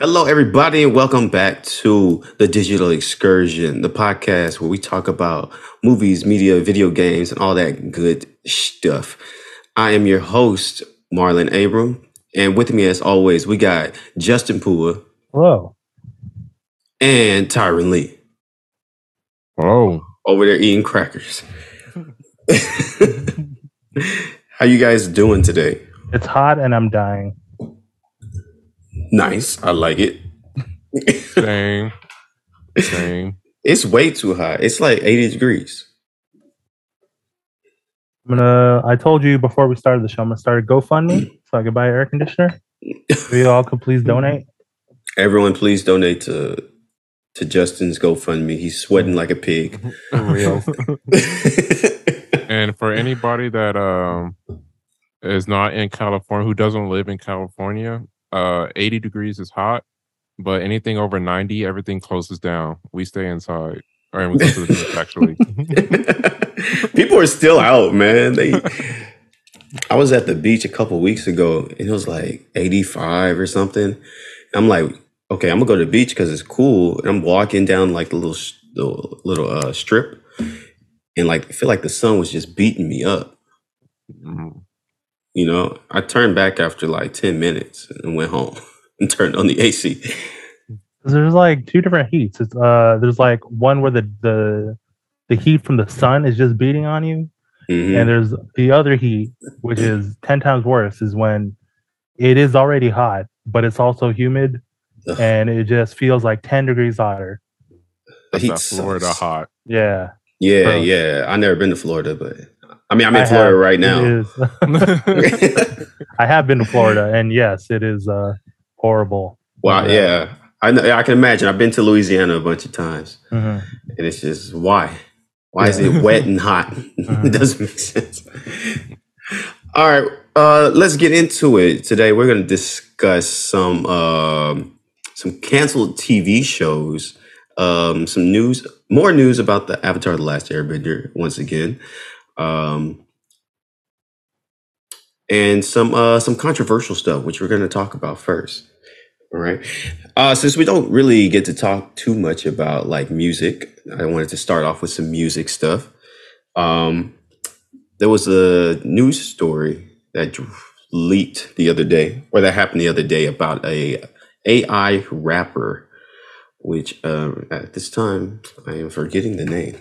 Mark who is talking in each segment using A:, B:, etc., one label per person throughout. A: Hello, everybody, and welcome back to the Digital Excursion, the podcast where we talk about movies, media, video games, and all that good stuff. I am your host, Marlon Abram, and with me, as always, we got Justin Pua
B: Hello.
A: and Tyron Lee
C: Oh,
A: over there eating crackers. How you guys doing today?
B: It's hot and I'm dying.
A: Nice, I like it.
C: same, same.
A: It's way too hot. It's like 80 degrees.
B: I'm gonna. I told you before we started the show, I'm gonna start a GoFundMe so I can buy an air conditioner. If you all could please donate.
A: Everyone, please donate to to Justin's GoFundMe. He's sweating like a pig.
C: For real.
A: yeah,
C: and for anybody that um is not in California, who doesn't live in California, uh, 80 degrees is hot, but anything over 90, everything closes down. We stay inside, or we go to the beach actually.
A: people are still out, man. They. I was at the beach a couple weeks ago, and it was like 85 or something. I'm like, okay, I'm gonna go to the beach because it's cool. And I'm walking down like the little sh- the little uh, strip, and like I feel like the sun was just beating me up.
C: Mm.
A: You know, I turned back after like 10 minutes and went home and turned on the AC.
B: 'Cause There's like two different heats. It's uh, there's like one where the the the heat from the sun is just beating on you,
A: Mhm.
B: and there's the other heat, which is ten times worse, is when it is already hot, but it's also humid,
A: Ugh.
B: and it just feels like ten degrees hotter.
A: The heat
C: That Florida
A: sucks.
C: hot.
B: Yeah,
A: Yeah,
B: bro.
A: yeah. I never been to Florida, but I mean, I'm
B: I
A: in
B: have-
A: Florida right
B: it
A: now.
B: is. I have been to Florida, and yes, it is uh, horrible.
A: wow, yeah. I know, I can imagine. I've been to Louisiana a bunch of times,
B: Mhm.
A: and it's just why? Why is
C: Yeah.
A: it wet and hot? it doesn't make sense. All right, uh, let's get into it. Today we're going to discuss some um some canceled TV shows, um, some news, more news about the Avatar: The Last Airbender once again, um, and some uh, some controversial stuff which we're going to talk about first. All right. Uh, since we don't really get to talk too much about like music, I wanted to start off with some music stuff. Um, there was a news story that dr- leaked the other day, or that happened the other day about a AI rapper, which um, at this time I am forgetting the name.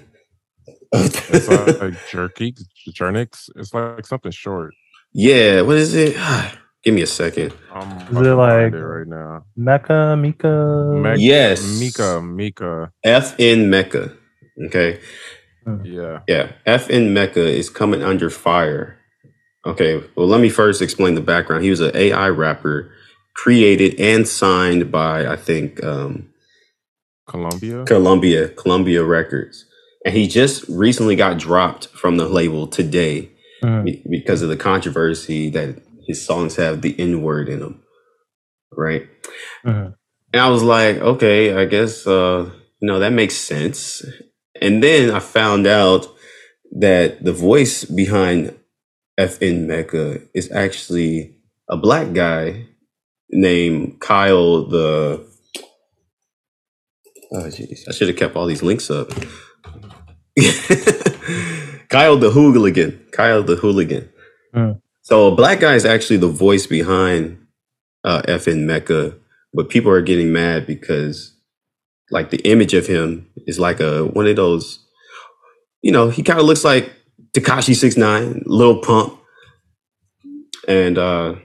C: It's like, like jerky, jernix. It's like something short.
A: yeah, what is it? Give me a second.
C: I'm
B: Is it
C: about to find
B: like-
C: it right now?
B: Mecca, Mika.
C: Meg-
A: Yes.
C: Mika, Mika.
A: FN Mecca. Okay.
C: Yeah.
A: Yeah, FN Mecca is coming under fire. Okay, well, let me first explain the background. He was an AI rapper created and signed by, I think, um,
C: Colombia.
A: Columbia, Columbia Records. And he just recently got dropped from the label today
B: Mhm.
A: be- because of the controversy that his songs have the N word in them, right?
B: Mhm.
A: And I was like, okay, I guess uh, you know that makes sense. And then I found out that the voice behind FN Mecca is actually a black guy named Kyle the. Oh jeez, I should have kept all these links up. Kyle the hooligan, Kyle the hooligan.
B: Hmm.
A: So a black guy is actually the voice behind uh, FN Mecca but people are getting mad because like the image of him is like a one of those you know he kind of looks like takashi 69 little pump and uh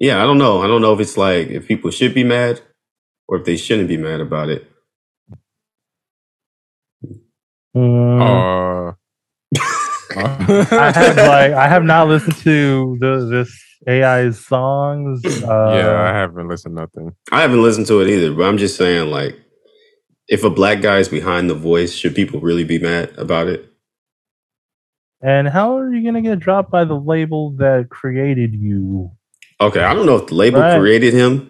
A: yeah i don't know i don't know if it's like if people should be mad or if they shouldn't be mad about it
B: Mm.
C: Uh,
B: I have like I have not listened to the, this AI's songs.
C: yeah, I
B: Uh,
C: haven't listened nothing.
A: i haven't listened to it either but i'm just saying like if a black guy is behind the voice should people really be mad about it
B: And how are you gonna get dropped by the label that created you?
A: okay i don't know if the label
B: Right.
A: created him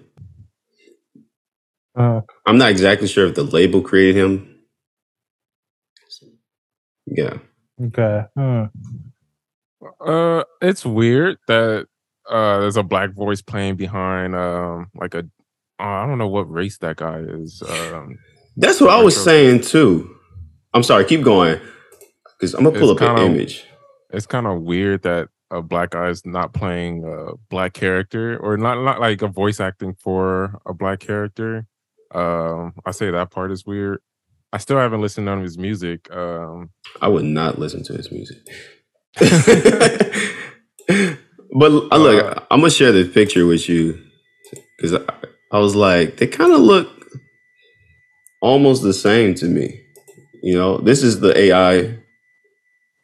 B: Uh,
A: I'm not exactly sure if the label created him. Yeah.
B: okay. Hmm.
C: Uh, it's weird that uh, there's a black voice playing behind um like a uh, I don't know what race that guy is. Um,
A: That's what I was
C: Retro-
A: saying too. I'm sorry, keep going. Because I'm gonna pull
C: It's
A: up an
C: kinda-
A: image.
C: it's kind of weird that a black guy is not playing a black character or not not like a voice acting for a black character. Um, I say that part is weird. I still haven't listened to none of his music. Um,
A: I would not listen to his music. but uh, look,
C: Uh,
A: I'm gonna share the picture with you because I, I was like, they kind of look almost the same to me. You know, this is the AI.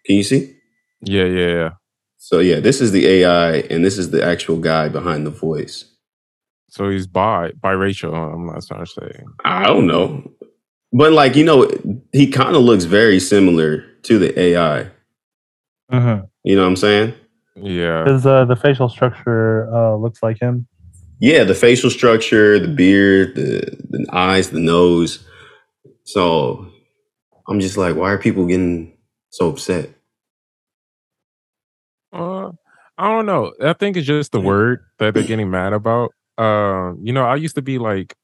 A: Can you see?
C: yeah, yeah, yeah.
A: So yeah, this is the AI, and this is the actual guy behind the voice.
C: So he's bi biracial. I'm not trying to say.
A: I don't know. But like, you know, he kind of looks very similar to the AI.
B: Because
A: You know what I'm saying?
C: Yeah,
B: Mm-hmm. uh, the facial structure uh, looks like him.
A: Yeah, the facial structure, the beard, the, the eyes, the nose. So I'm just like, why are people getting so upset?
C: uh, I don't know. I think it's just
A: Mm.
C: the word that they're getting mad about. Um, you know, I used to be like,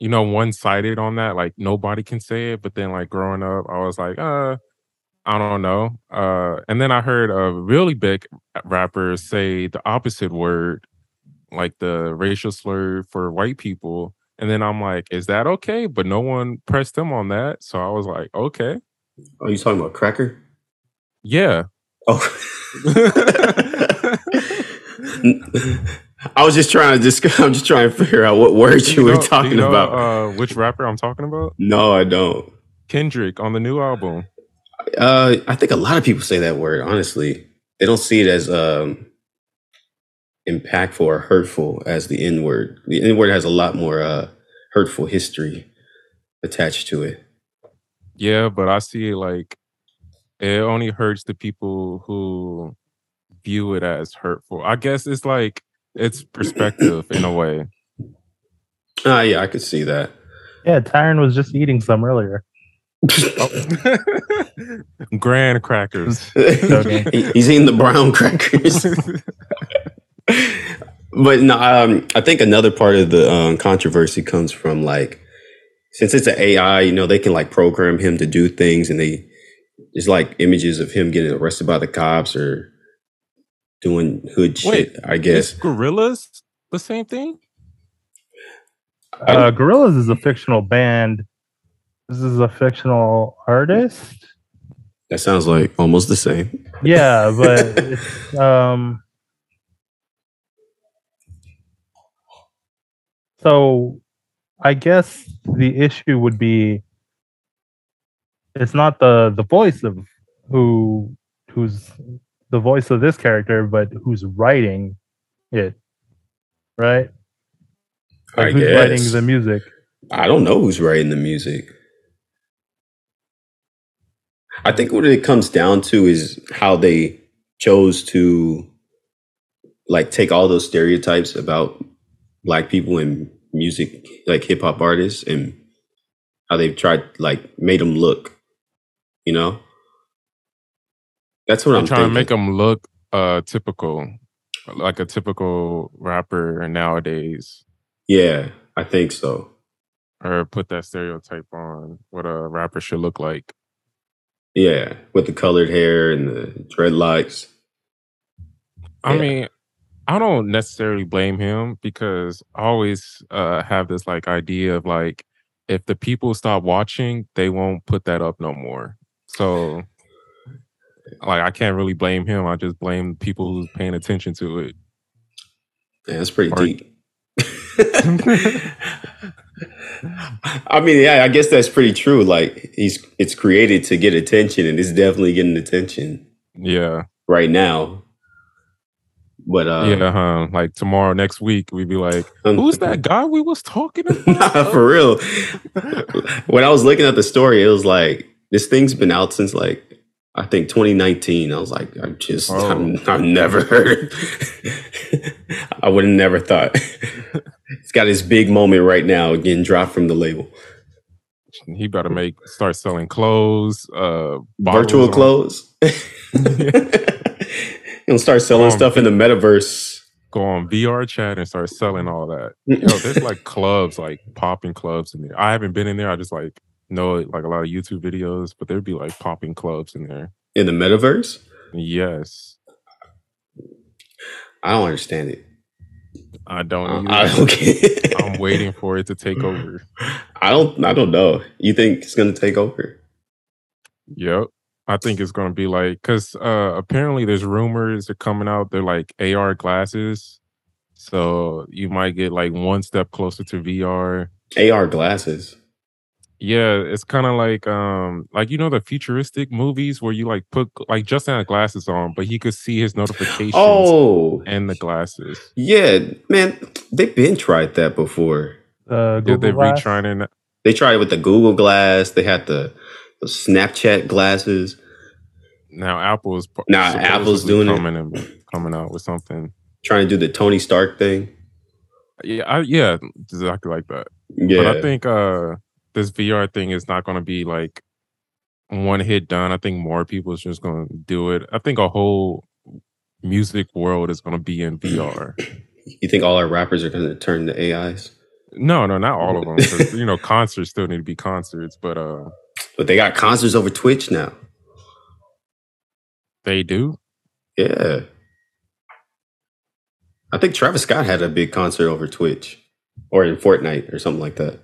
C: you know, one sided on that. Like nobody can say it. But then, like growing up, I was like, uh, I don't know. Uh, and then I heard a really big rapper say the opposite word, like the racial slur for white people. And then I'm like, is that okay? But no one pressed them on that. So I was like, okay,
A: Are you talking about cracker?
C: yeah.
A: Oh. I was just trying to discuss, I'm just trying to figure out what words
C: Do
A: you were
C: know- do
A: talking
C: you know,
A: about.
C: Uh, which rapper I'm talking about?
A: no, I don't.
C: Kendrick on the new album.
A: Uh, I think a lot of people say that word. Honestly, they don't see it as um, impactful or hurtful as the N word. The N word has a lot more uh, hurtful history attached to it.
C: Yeah, but I see it like it only hurts the people who view it as hurtful. I guess it's like it's perspective in a way.
A: Ah, yeah, I could see that.
B: Yeah, Tyron was just eating some earlier.
C: Grand crackers.
A: He- He's eating the brown crackers. but no, um, I think another part of the um, controversy comes from like since it's an AI, you know, they can like program him to do things, and they it's like images of him getting arrested by the cops or doing hood shit.
C: Wait,
A: I
C: Is
A: guess
C: gorillas the same thing?
B: Uh, Gorillas is a fictional band. This is a fictional artist.
A: that sounds like almost the same.
B: Yeah, but it's, um, so I guess the issue would be it's not the the voice of who who's the voice of this character, but who's writing it, right? Like
A: I
B: who's writing
A: guess
B: the music?
A: I don't know who's writing the music. I think what it comes down to is how they chose to like take all those stereotypes about black people and music, like hip hop artists, and how they've tried like made them look. You know, that's what
C: They're
A: I'm
C: trying
A: trying
C: to make them look uh typical, like a typical rapper nowadays.
A: Yeah, I think so.
C: or put that stereotype on what a rapper should look like.
A: Yeah, with the colored hair and the dreadlocks.
C: I
A: Yeah.
C: mean, I don't necessarily blame him because I always uh, have this like idea of like if the people stop watching, they won't put that up no more. So like I can't really blame him. I just blame people who's paying attention to it.
A: Yeah, that's pretty
C: Or-
A: deep. I mean, yeah, I guess that's pretty true. Like he's it's created to get attention and it's definitely getting attention
C: Yeah.
A: right now. But uh
C: yeah. Huh? Like tomorrow, next week, we'd be like,
A: I'm-
C: who's that guy we was talking about?
A: Nah, for real. when I was looking at the story, it was like this thing's been out since like I think 2019. I was like, I'm just, I'm, I've never heard. I would have never thought. it's got this big moment right now, getting dropped from the label.
C: he better make start selling clothes, uh
A: Virtual
C: bottles on-
A: clothes. He'll start selling
C: Um,
A: stuff in the metaverse.
C: go on VR chat and start selling all that. Yo, there's like clubs, like popping clubs in there. I haven't been in there. I just like know like a lot of YouTube videos, but there'd be like popping clubs in there.
A: in the metaverse.
C: Yes.
A: I don't understand it.
C: I don't
A: I, I
C: either.
A: don't get
C: Oh, I'm waiting for it to take over.
A: I don't. I don't know. You think it's gonna take over?
C: Yep. I think it's gonna be like because uh apparently there's rumors are coming out, they're like AR glasses. So you might get like one step closer to VR.
A: AR glasses.
C: Yeah, it's kind of like um like you know the futuristic movies where you like put like Justin had glasses on, but he could see his notifications
A: Oh,
C: and the glasses.
A: yeah, man. They've been tried that before.
B: Uh,
C: Did they
B: Google Glass.
C: retrying it? now?
A: They tried it with the Google Glass. They had the, the Snapchat glasses.
C: Now Apple's p-
A: Nah, Apple's
C: supposedly
A: doing it.
C: coming and- coming out with something.
A: Trying to do the Tony Stark thing.
C: Yeah, I, yeah, exactly like that.
A: Yeah,
C: But I think uh this VR thing is not going to be like one hit done. I think more people is just going to do it. I think a whole music world is going to be in VR.
A: you think all our rappers are gonna turn to AIs?
C: no, no, not all of them. 'cause, you know, concerts still need to be concerts, but uh
A: But they got concerts over Twitch now.
C: they do.
A: Yeah, I think Travis Scott had a big concert over Twitch or in Fortnite or something like that.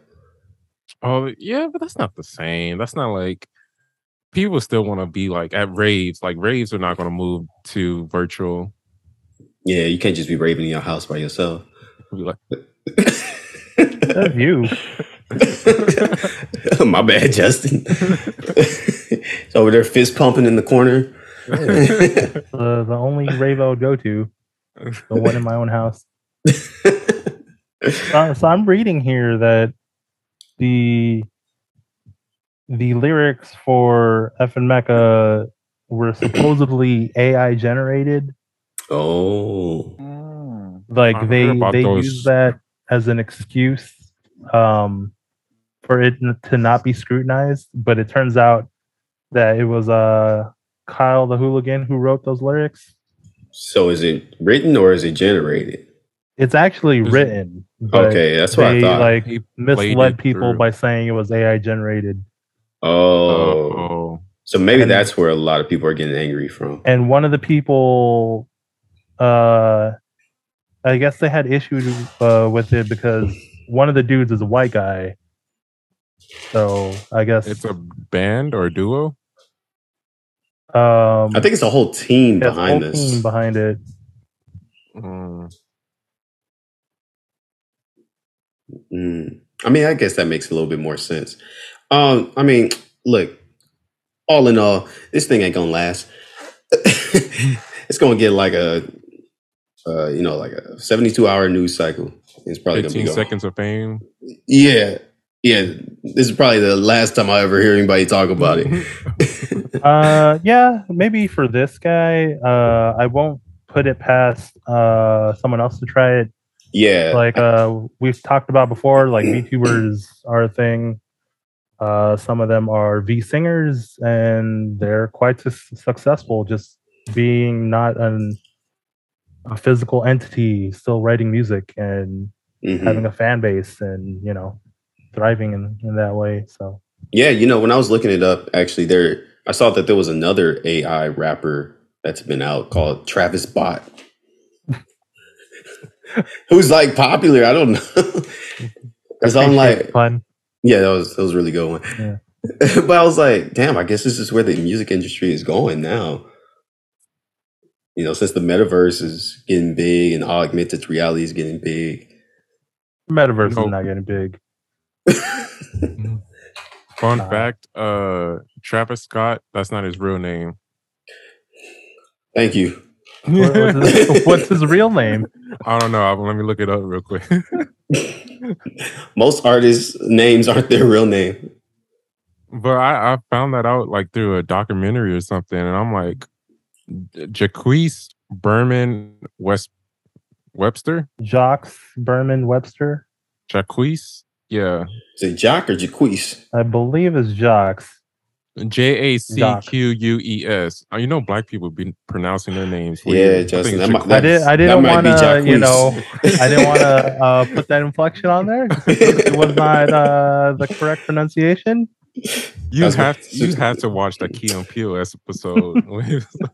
C: Oh yeah, but that's not the same. That's not like people still want to be like at raves. Like raves are not going to move to virtual.
A: Yeah, you can't just be raving in your house by yourself.
C: Be like,
B: That's you.
A: My bad, Justin. It's over there, fist pumping in the corner.
B: Uh, the only rave I would go to, the one in my own house. Uh, so I'm reading here that the the lyrics for F and Mecca were supposedly AI generated.
A: oh,
B: Like
C: I heard
B: they
C: about
B: they
C: those.
B: use that as an excuse um, for it n- to not be scrutinized. But it turns out that it was uh, Kyle the hooligan who wrote those lyrics.
A: so is it written or is it generated?
B: It's actually
C: Is it-
B: written. But
A: okay, that's what
B: They
A: I thought.
B: like
C: He played
B: misled
C: it
B: people
C: through.
B: by saying it was AI generated.
A: oh,
C: oh,
A: so maybe
B: uh, and-
A: that's where a lot of people are getting angry from.
B: and one of the people uh i guess they had issues uh with it because one of the dudes is a white guy so i guess
C: it's a band or a duo.
B: um
A: I think it's a whole team
B: there's a
A: behind
B: whole
A: this.
B: team behind it
C: Mm,
A: Mm. I mean, I guess that makes a little bit more sense. Um, I mean, look, all in all, this thing ain't gonna last. it's gonna get like a, uh, you know, like a seventy-two hour news cycle. It's probably gonna be
C: Fifteen
A: gone.
C: seconds of fame.
A: Yeah, yeah. This is probably the last time I ever hear anybody talk about
C: Mm-hmm.
A: it.
B: uh yeah maybe for this guy uh i won't put it past uh someone else to try it
A: Yeah,
B: like uh we've talked about before like vtubers are a thing uh some of them are v singers and they're quite sus successful just being not an a physical entity still writing music and
A: Mhm.
B: having a fan base and you know thriving in, in that way so
A: yeah. You know, when I was looking it up, actually, there I saw that there was another AI rapper that's been out called Travis Bot, who's like popular. I don't know. Because I'm
B: appreciate the
A: like,
B: fun
A: yeah, that was that was a really good one.
B: Yeah.
A: but I was like, damn, I guess this is where the music industry is going now. You know, since the metaverse is getting big and augmented reality is getting big.
B: metaverse
C: Nope.
B: is not getting big
C: Fun
B: Nah.
C: fact: uh, Travis Scott. That's not his real name.
A: Thank you.
B: What- what's, his, what's his real name
C: I don't know. I- Let me look it up real quick.
A: Most artists' names aren't their real name.
C: but I, I found that out like through a documentary or something, and I'm like, Jaquise Berman West Webster.
B: jocks berman webster
C: Jaquise, yeah,
A: Is it Jock or Jaquise?
B: i believe is jocks
C: J A C Q U E S. Uh, You know, black people be pronouncing their names.
A: Yeah,
C: weird. I think
A: Justin.
C: it's
A: That, might-
C: Jacquees.
A: that,
B: I did- I
A: that
B: didn't
A: might be
B: wanna, you
A: Jacquees.
B: know, I didn't want to uh, put that inflection on there. It was not uh, the correct pronunciation.
C: you
A: That's
C: have
A: what-
C: you have to watch that Key on Peele episode. when he was like,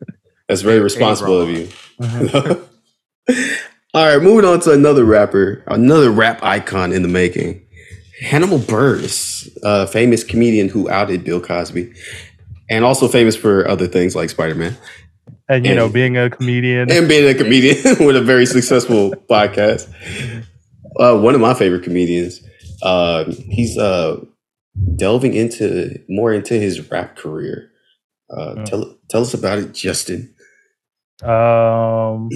A: That's very responsible of you.
B: Mhm.
A: All right, moving on to another rapper, another rap icon in the making. Hannibal Buress, a famous comedian who outed Bill Cosby and also famous for other things like Spider Man
B: And you know,
A: And-
B: being a comedian,
A: and being a comedian with a very successful podcast. Uh, one of my favorite comedians. Uh, he's uh, delving into more into his rap career. Uh,
B: Yeah.
A: Tell tell us about it, Justin.
B: Um,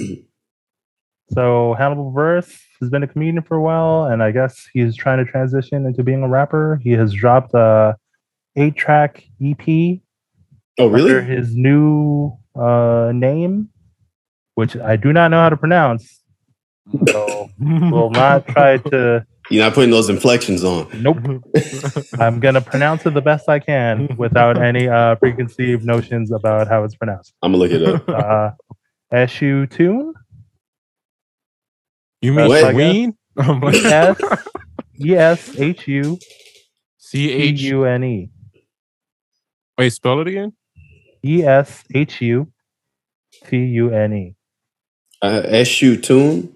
B: so Hannibal Buress has been a comedian for a while, and I guess he's trying to transition into being a rapper. He has dropped a eight-track EP
A: Oh,
B: under
A: really?
B: his new uh, name, which I do not know how to pronounce. So will not try to.
A: You're not putting those inflections on.
B: Nope. I'm gonna pronounce it the best I can without any uh, preconceived notions about how it's pronounced.
A: I'm gonna look it up.
B: Uh, Eshu Tune.
C: You
B: That's
C: mean
A: like a-
C: Queen? I'm like
B: S E S H U
C: C
B: T
C: H.
B: U N E.
C: Wait, spell it again.
B: E S H U T U N E.
A: Uh, Eshu Tune,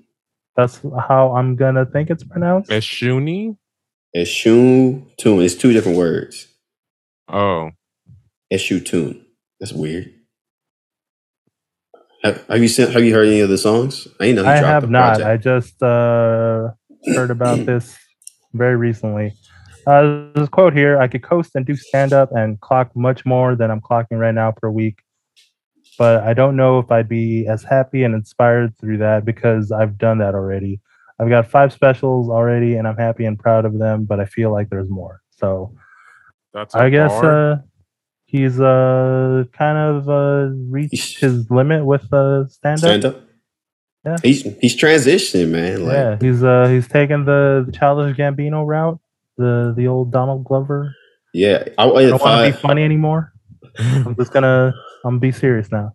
B: That's how I'm gonna think it's pronounced.
C: Eshuni.
A: Eshu Tune. It's two different words.
C: Oh,
A: Eshu Tune. That's weird. Have, have you seen, Have you heard any of the songs? I ain't know he
B: I
A: dropped
B: have
A: the
B: not.
A: project.
B: I just uh, heard about this very recently. Uh, there's a quote here I could coast and do stand up and clock much more than I'm clocking right now per week. But I don't know if I'd be as happy and inspired through that because I've done that already. I've got five specials already and I'm happy and proud of them, but I feel like there's more. So
C: that's. I
B: I guess uh, he's uh, kind of uh, reached his limit with uh, stand up.
A: Stand up.
B: Yeah.
A: He's he's transitioning, man. Like
B: yeah, he's uh he's taking the, the childish Gambino route, the the old Donald Glover.
A: yeah. I, would
B: I
A: have
B: don't want to
A: thought,
B: be funny anymore. I'm just gonna I'm be serious now.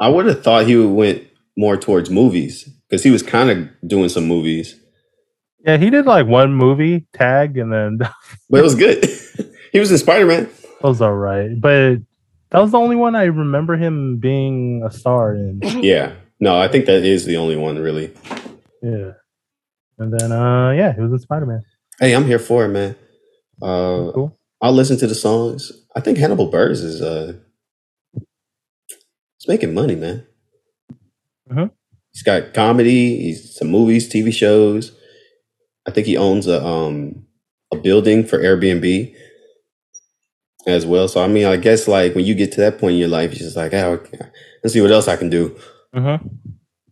A: I would have thought he would went more towards movies because he was kind of doing some movies,
B: Yeah, he did like one movie tag, and then that
A: but it was good. he was in Spider Man.
B: was all right. But that was the only one I remember him being a star in.
A: Yeah. No, I think that is the only one really.
B: Yeah, and then uh yeah, he was in Spider Man.
A: Hey, I'm here for it, man. Uh,
B: Cool.
A: I'll listen to the songs. I think Hannibal Burrs is uh, he's making money, man.
B: Mhm.
A: He's got comedy. He's some movies, TV shows. I think he owns a um a building for Airbnb as well. So I mean, I guess like when you get to that point in your life, you're just like, oh, okay, let's see what else I can do.
B: Mm-hmm.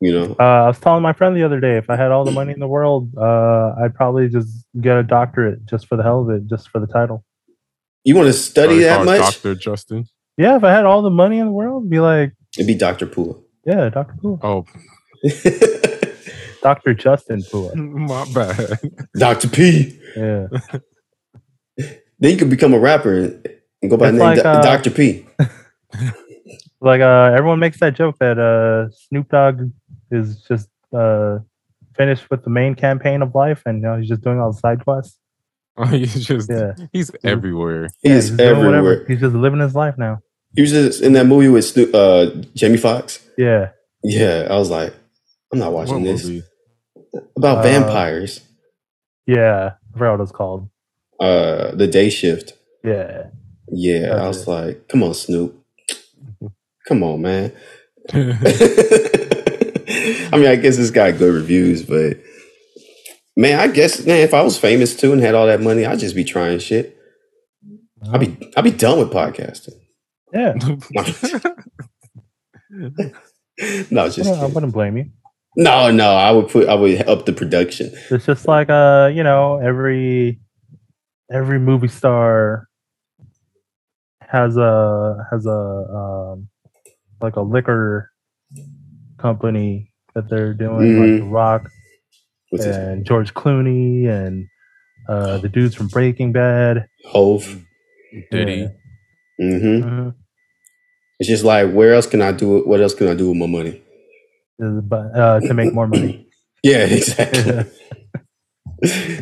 A: You know,
B: Uh, I was telling my friend the other day, if I had all the money in the world, uh, I'd probably just get a doctorate just for the hell of it, just for the title.
A: you want to study that much?
C: Oh, Doctor Justin.
B: Yeah, if I had all the money in the world, I'd be like,
A: It'd be Doctor Pula.
B: yeah, Dr. Pula.
C: Oh,
B: Dr. Justin Pula.
C: my bad.
A: Doctor P.
B: Yeah.
A: Then you could become a rapper and go by the name
B: It's like,
A: Do-
B: uh,
A: Dr. P.
B: Like uh everyone makes that joke that uh Snoop Dogg is just uh finished with the main campaign of life and now he's just doing all the side quests.
C: he's just
B: Yeah.
C: he's everywhere.
A: He is
B: He's doing whatever.
A: everywhere.
B: He's just living his life now.
A: He was just in that movie with Snoop, uh, Jamie Foxx.
B: Yeah.
A: Yeah, I was like, I'm not watching
C: What
A: this.
C: movie?
A: About
B: Uh,
A: vampires,
B: Yeah. I forgot what it's called.
A: uh, The Day Shift.
B: Yeah.
A: Yeah, I
B: That's
A: was
B: it.
A: like, come on, Snoop. Come on, man.
C: I
A: I mean, I guess it's got good reviews, but man, I guess man, if I was famous too and had all that money, I'd just be trying shit. I'd be I'd be done with podcasting.
B: Yeah.
A: No, it's just
B: Yeah, I
A: kidding.
B: wouldn't blame you.
A: No, no, I would put I would up the production.
B: It's just like uh, you know, every every movie star has a has a um like a liquor company that they're doing, like
A: Mhm.
B: The Rock
A: What's his
B: and George Clooney and uh the dudes from Breaking Bad.
A: Hove.
C: Diddy.
B: Yeah.
A: hmm
B: Mhm.
A: It's just like, where else can I do it? What else can I do with my money?
B: Is- But uh, to make more money.
A: Yeah, exactly. All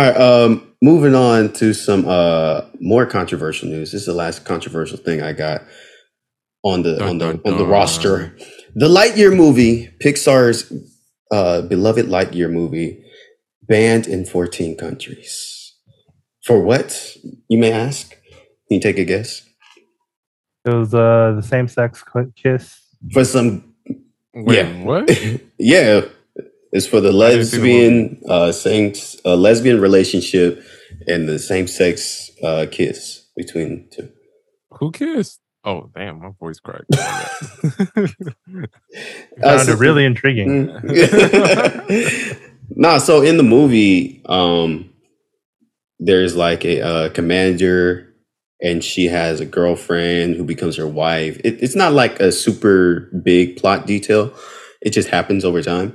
A: right. Um, moving on to some uh more controversial news. This is the last controversial thing I got on the
C: Dun,
A: on the
C: dun,
A: on the
C: dun.
A: roster. The Lightyear movie, Pixar's uh beloved Lightyear movie, banned in 14 countries. For what? You may ask. Can you take a guess?
B: It was uh, the same sex qu- kiss.
A: For some
C: Wait,
A: Yeah.
C: what?
A: yeah, it's for the
C: didn't see the
A: lesbian, uh, same uh, lesbian relationship and the same sex uh, kiss between the two.
C: Who kissed? Oh damn, my voice cracked.
A: Uh,
B: Found
A: so-
B: it really intriguing.
A: Mm. nah, so in the movie, um, there's like a uh, commander, and she has a girlfriend who becomes her wife. It, it's not like a super big plot detail; it just happens over time,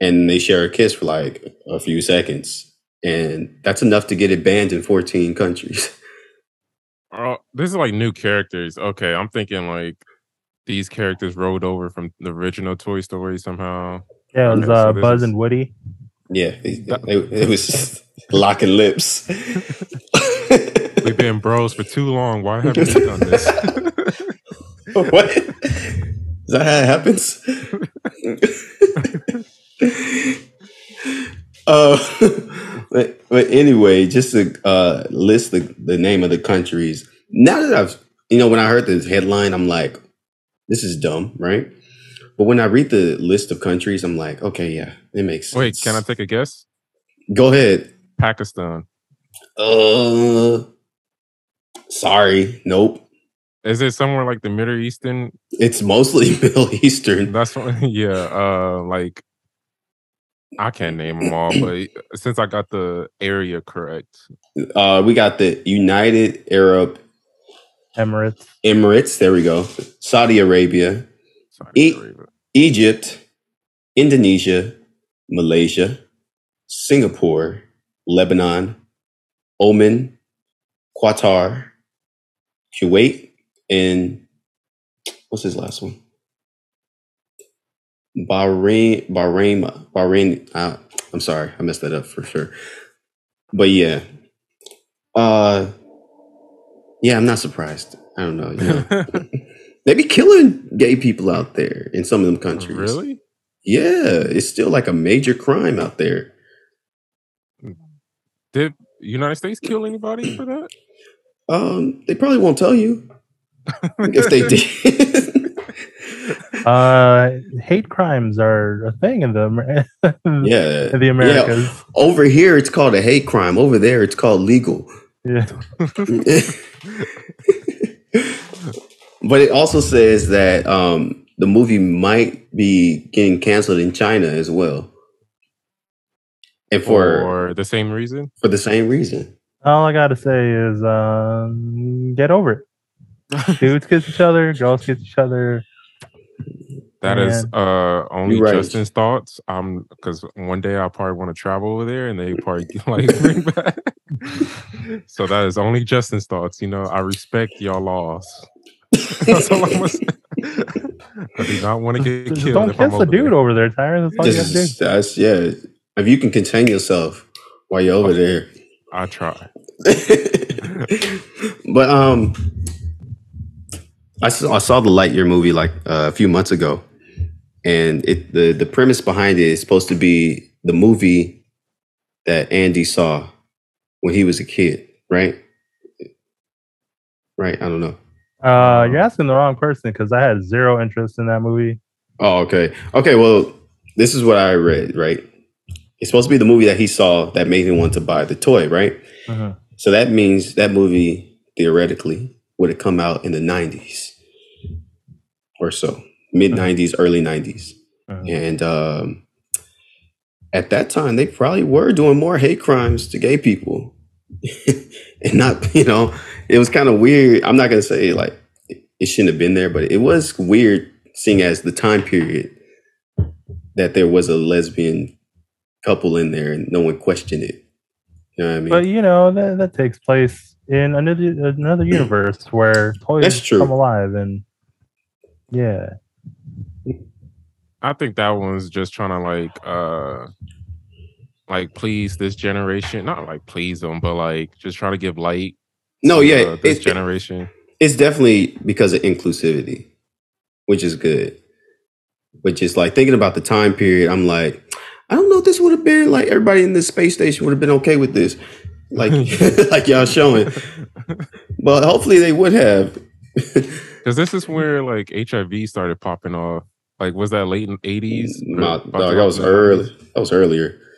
A: and they share a kiss for like a few seconds, and that's enough to get it banned in 14 countries.
C: oh, this is like new characters. Okay, I'm thinking like these characters rolled over from the original Toy Story somehow.
B: Yeah, it was
C: Okay, so
B: uh,
C: this
B: Buzz
C: is-
B: and Woody.
A: yeah, it, it- it was just locking lips.
C: We've been bros for too long. Why haven't we done this?
A: what? Is that how it happens? uh, but, but anyway, just to uh, list the, the name of the countries. Now that I've, you know, when I heard this headline, I'm like, this is dumb, right? But when I read the list of countries, I'm like, okay, yeah, it makes sense.
C: Wait, can I take a guess?
A: Go ahead.
C: Pakistan.
A: Uh, sorry. Nope.
C: Is it somewhere like the Middle Eastern?
A: It's mostly Middle Eastern.
C: That's what, yeah. Uh, like I can't name them all, but since I got the area correct,
A: Uh, we got the United Arab
B: Emirates.
A: Emirates. There we go. Saudi Arabia,
C: Saudi
A: E-
C: Arabia.
A: Egypt, Indonesia, Malaysia, Singapore, Lebanon, Oman, Qatar, Kuwait, and what's his last one? Bahrain, Bahrain, Bahrain. Uh, I'm sorry, I messed that up for sure. But yeah, uh, yeah, I'm not surprised. I don't know. You know. they be killing gay people out there in some of them countries.
C: really?
A: Yeah, it's still like a major crime out there.
C: Did United States kill anybody for that?
A: Um, they probably won't tell you if they did.
B: Uh, hate crimes are a thing in the Amer-
A: yeah.
B: in the Americas.
A: Over here it's called a hate crime. Over there it's called legal.
B: Yeah.
A: but it also says that um the movie might be getting canceled in China as well. And for
C: for the same reason?
A: for the same reason.
B: All I gotta say is, um, get over it. Dudes kiss each other. Girls kiss each other.
C: That is uh only
A: You're right.
C: Justin's thoughts. Um, because one day I probably want to travel over there and they probably like bring back. so that is only Justin's thoughts. You know, I respect y'all laws. That's all I'm gonna say. I do not want to get
B: Just
C: killed.
B: don't
C: if I'm
B: kiss a
C: over there.
B: dude over there, Tyra. That's all you
A: This
B: gotta do.
A: is, that's yeah. If you can contain yourself while you're over there.
C: I try.
A: but um, I saw I saw the Lightyear movie like uh, a few months ago, and it the the premise behind it is supposed to be the movie that Andy saw when he was a kid, right? Right. I don't know.
B: Uh, you're asking the wrong person because I had zero interest in that movie.
A: Oh, okay. Okay. Well, this is what I read. Right. It's supposed to be the movie that he saw that made him want to buy the toy, right?
B: Mhm.
A: So that means that movie theoretically would have come out in the 90s or so, mid 90s, early 90s.
B: Mhm.
A: And um, at that time, they probably were doing more hate crimes to gay people. and not, you know, it was kind of weird. I'm not going to say like it, it shouldn't have been there, but it was weird seeing as the time period that there was a lesbian couple in there and no one questioned it. You know what I mean?
B: But you know that that takes place in another another universe where toys
A: That's true.
B: come alive and yeah.
C: I think that one's just trying to like uh like please this generation. Not like please them, but like just trying to give light.
A: No,
C: to,
A: yeah,
C: uh, this
A: it- it-
C: generation.
A: it's definitely because of inclusivity, which is good. But just like thinking about the time period, I'm like, I don't know if this would have been like everybody in the space station would have been okay with this, like like y'all showing. But hopefully they would have.
C: Because this is where like HIV started popping off. Like was that late in eighties?
A: My, dog, that was early. That was earlier.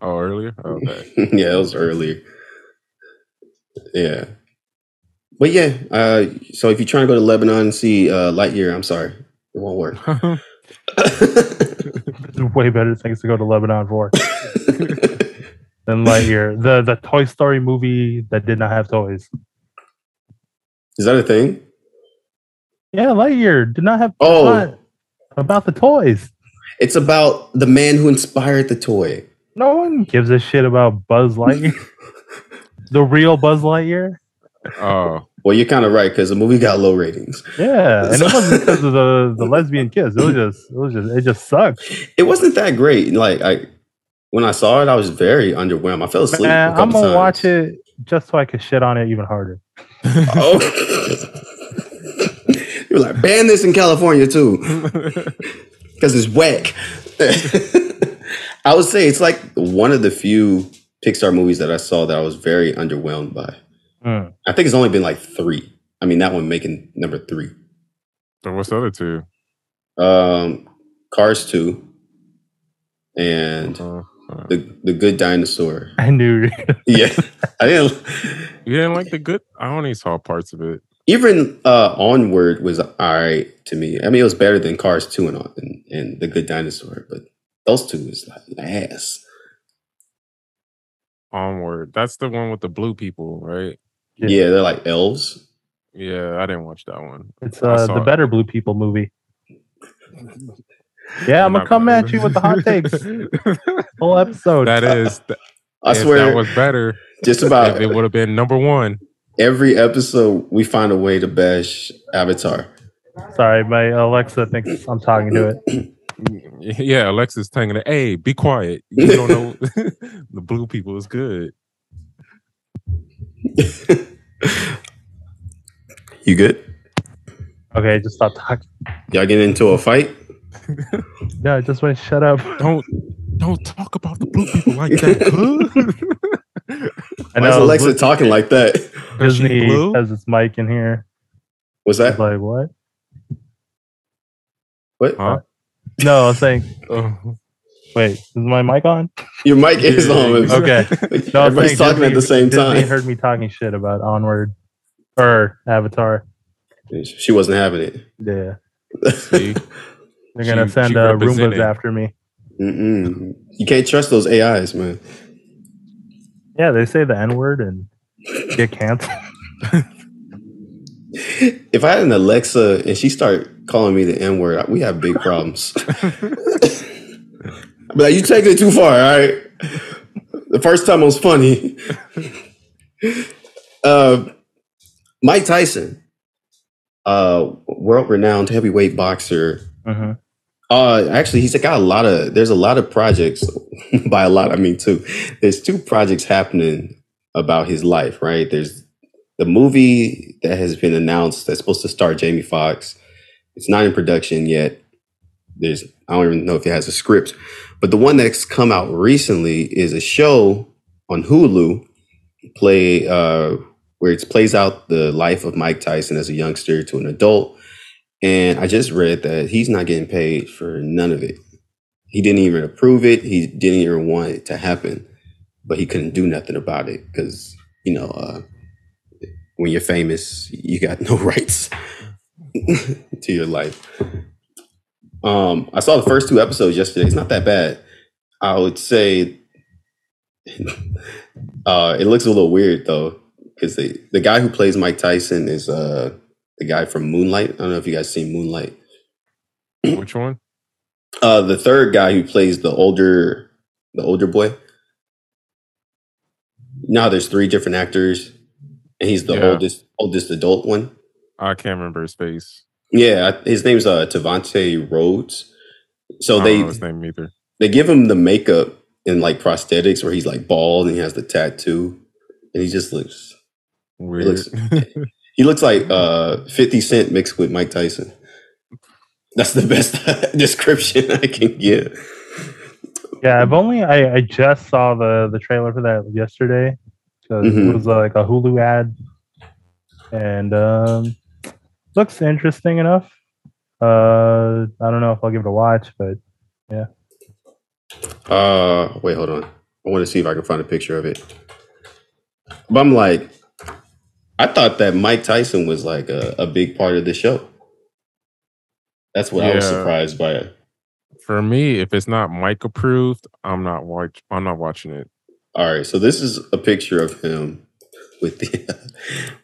C: Oh, earlier. Okay.
A: yeah, that was earlier. Yeah. But yeah, uh, so if you're trying to go to Lebanon and see uh, Lightyear, I'm sorry, it won't work.
B: There's way better things to go to Lebanon for than Lightyear. the the Toy Story movie that did not have toys.
A: Is that a thing?
B: Yeah, Lightyear did not have it's
A: Oh.
B: not about the toys.
A: It's about the man who inspired the toy.
B: No one gives a shit about Buzz Lightyear. the real Buzz Lightyear?
C: Oh,
A: Well, you're kind of right because the movie got low ratings.
B: Yeah. And it wasn't because of the, the lesbian kids. It was just it was just it just sucks.
A: It wasn't that great. Like I, when I saw it, I was very underwhelmed. I fell asleep. a
B: Man, I'm
A: couple
B: gonna
A: times.
B: watch it just so I could shit on it even harder.
A: Oh. you're like ban this in California too because it's whack. I would say it's like one of the few Pixar movies that I saw that I was very underwhelmed by.
C: Hmm.
B: Mm.
A: I think it's only been like three. I mean, that one making number three.
C: so what's the other two?
A: um, Cars Two, and
C: Uh, uh,
A: the the Good Dinosaur.
B: I knew
A: Yeah, I didn't.
C: you didn't like the good. I only saw parts of it.
A: Even uh, Onward was all right to me. I mean, it was better than Cars Two and and, and the Good Dinosaur, but those two is like ass.
C: Onward. That's the one with the blue people, right?
A: Yeah.
B: Yeah.
A: they're like elves.
C: Yeah, I didn't watch that one.
B: it's
C: I
B: uh
C: saw
B: the
C: it.
B: better blue people movie. Yeah, I'm gonna
C: Not
B: come
C: bad.
B: at you with the hot takes. Whole episode.
C: that is. th-
A: I
C: if
A: swear,
C: that was better.
A: just
C: If
A: about
C: it would have been number one.
A: every episode we find a way to bash Avatar.
B: Sorry, my Alexa thinks I'm talking to it.
C: Yeah, Alexis Tango. Hey, be quiet. You don't know the blue people is good.
A: you good?
B: Okay, just stop talking.
A: Y'all getting into a fight?
B: No, I just want to shut up.
C: Don't don't talk about the blue people like that. huh?
B: I
A: Why is
B: know
A: Alexa talking like that?
C: Is she
B: Disney
C: blue?
B: has its mic in here.
A: Was
B: It's
A: that
B: like what?
A: what?
C: Huh?
B: No, I was saying.
C: Oh,
B: Wait, is my mic on?
A: Your mic is
C: yeah,
A: on.
C: exactly.
B: Okay. No, I was
A: Everybody's
B: saying
A: talking at the same
B: Disney
A: time.
B: heard me talking shit about Onward or Avatar.
A: She wasn't having it.
B: Yeah,
C: See?
B: they're gonna
C: She-
B: send
C: she
B: uh, Roombas
C: represented.
B: after me.
A: Mm-mm. You can't trust those AIs, man.
B: Yeah, they say the N word and get canceled.
A: If I had an Alexa and she started calling me the N word, we have big problems. but like, you taking it too far, all right? The first time was funny. uh, Mike Tyson, uh, world renowned heavyweight boxer,
B: hmm
A: Uh, actually, he's got a lot of. There's a lot of projects. By a lot, I mean two. There's two projects happening about his life, right? There's the movie that has been announced that's supposed to star Jamie Foxx. It's not in production yet. There's I don't even know if it has a script, but the one that's come out recently is a show on Hulu play uh, where it plays out the life of Mike Tyson as a youngster to an adult. And I just read that he's not getting paid for none of it. He didn't even approve it. He didn't even want it to happen, but he couldn't do nothing about it because, you know, uh, when you're famous, you got no rights to your life. Um, I saw the first two episodes yesterday. It's not that bad. I would say uh, it looks a little weird though, because the the guy who plays Mike Tyson is uh, the guy from Moonlight. I don't know if you guys seen Moonlight.
C: Which one?
A: Uh, the third guy who plays the older, the older boy. Now there's three different actors. and he's the
C: Yeah.
A: oldest oldest adult one.
C: I can't remember his face.
A: Yeah, I- his name's uh Tavante Rhodes. So
C: I
A: they
C: don't know his name either.
A: they give him the makeup and like prosthetics where he's like bald and he has the tattoo and he just looks
C: Weird.
A: he looks like uh 50 Cent mixed with Mike Tyson. That's the best description I can give.
B: Yeah, I've only I, I just saw the the trailer for that yesterday 'cause
A: Mhm.
B: it was uh, like a Hulu ad, and um, looks interesting enough. Uh, I don't know if I'll give it a watch, but
A: Uh wait, hold on. I want to see if I can find a picture of it. But I'm like, I thought that Mike Tyson was like a, a big part of the show. That's what I was
C: Yeah.
A: surprised by.
C: For me, if it's not Mike approved, I'm not watch. I'm not watching it.
A: All right, so this is a picture of him with the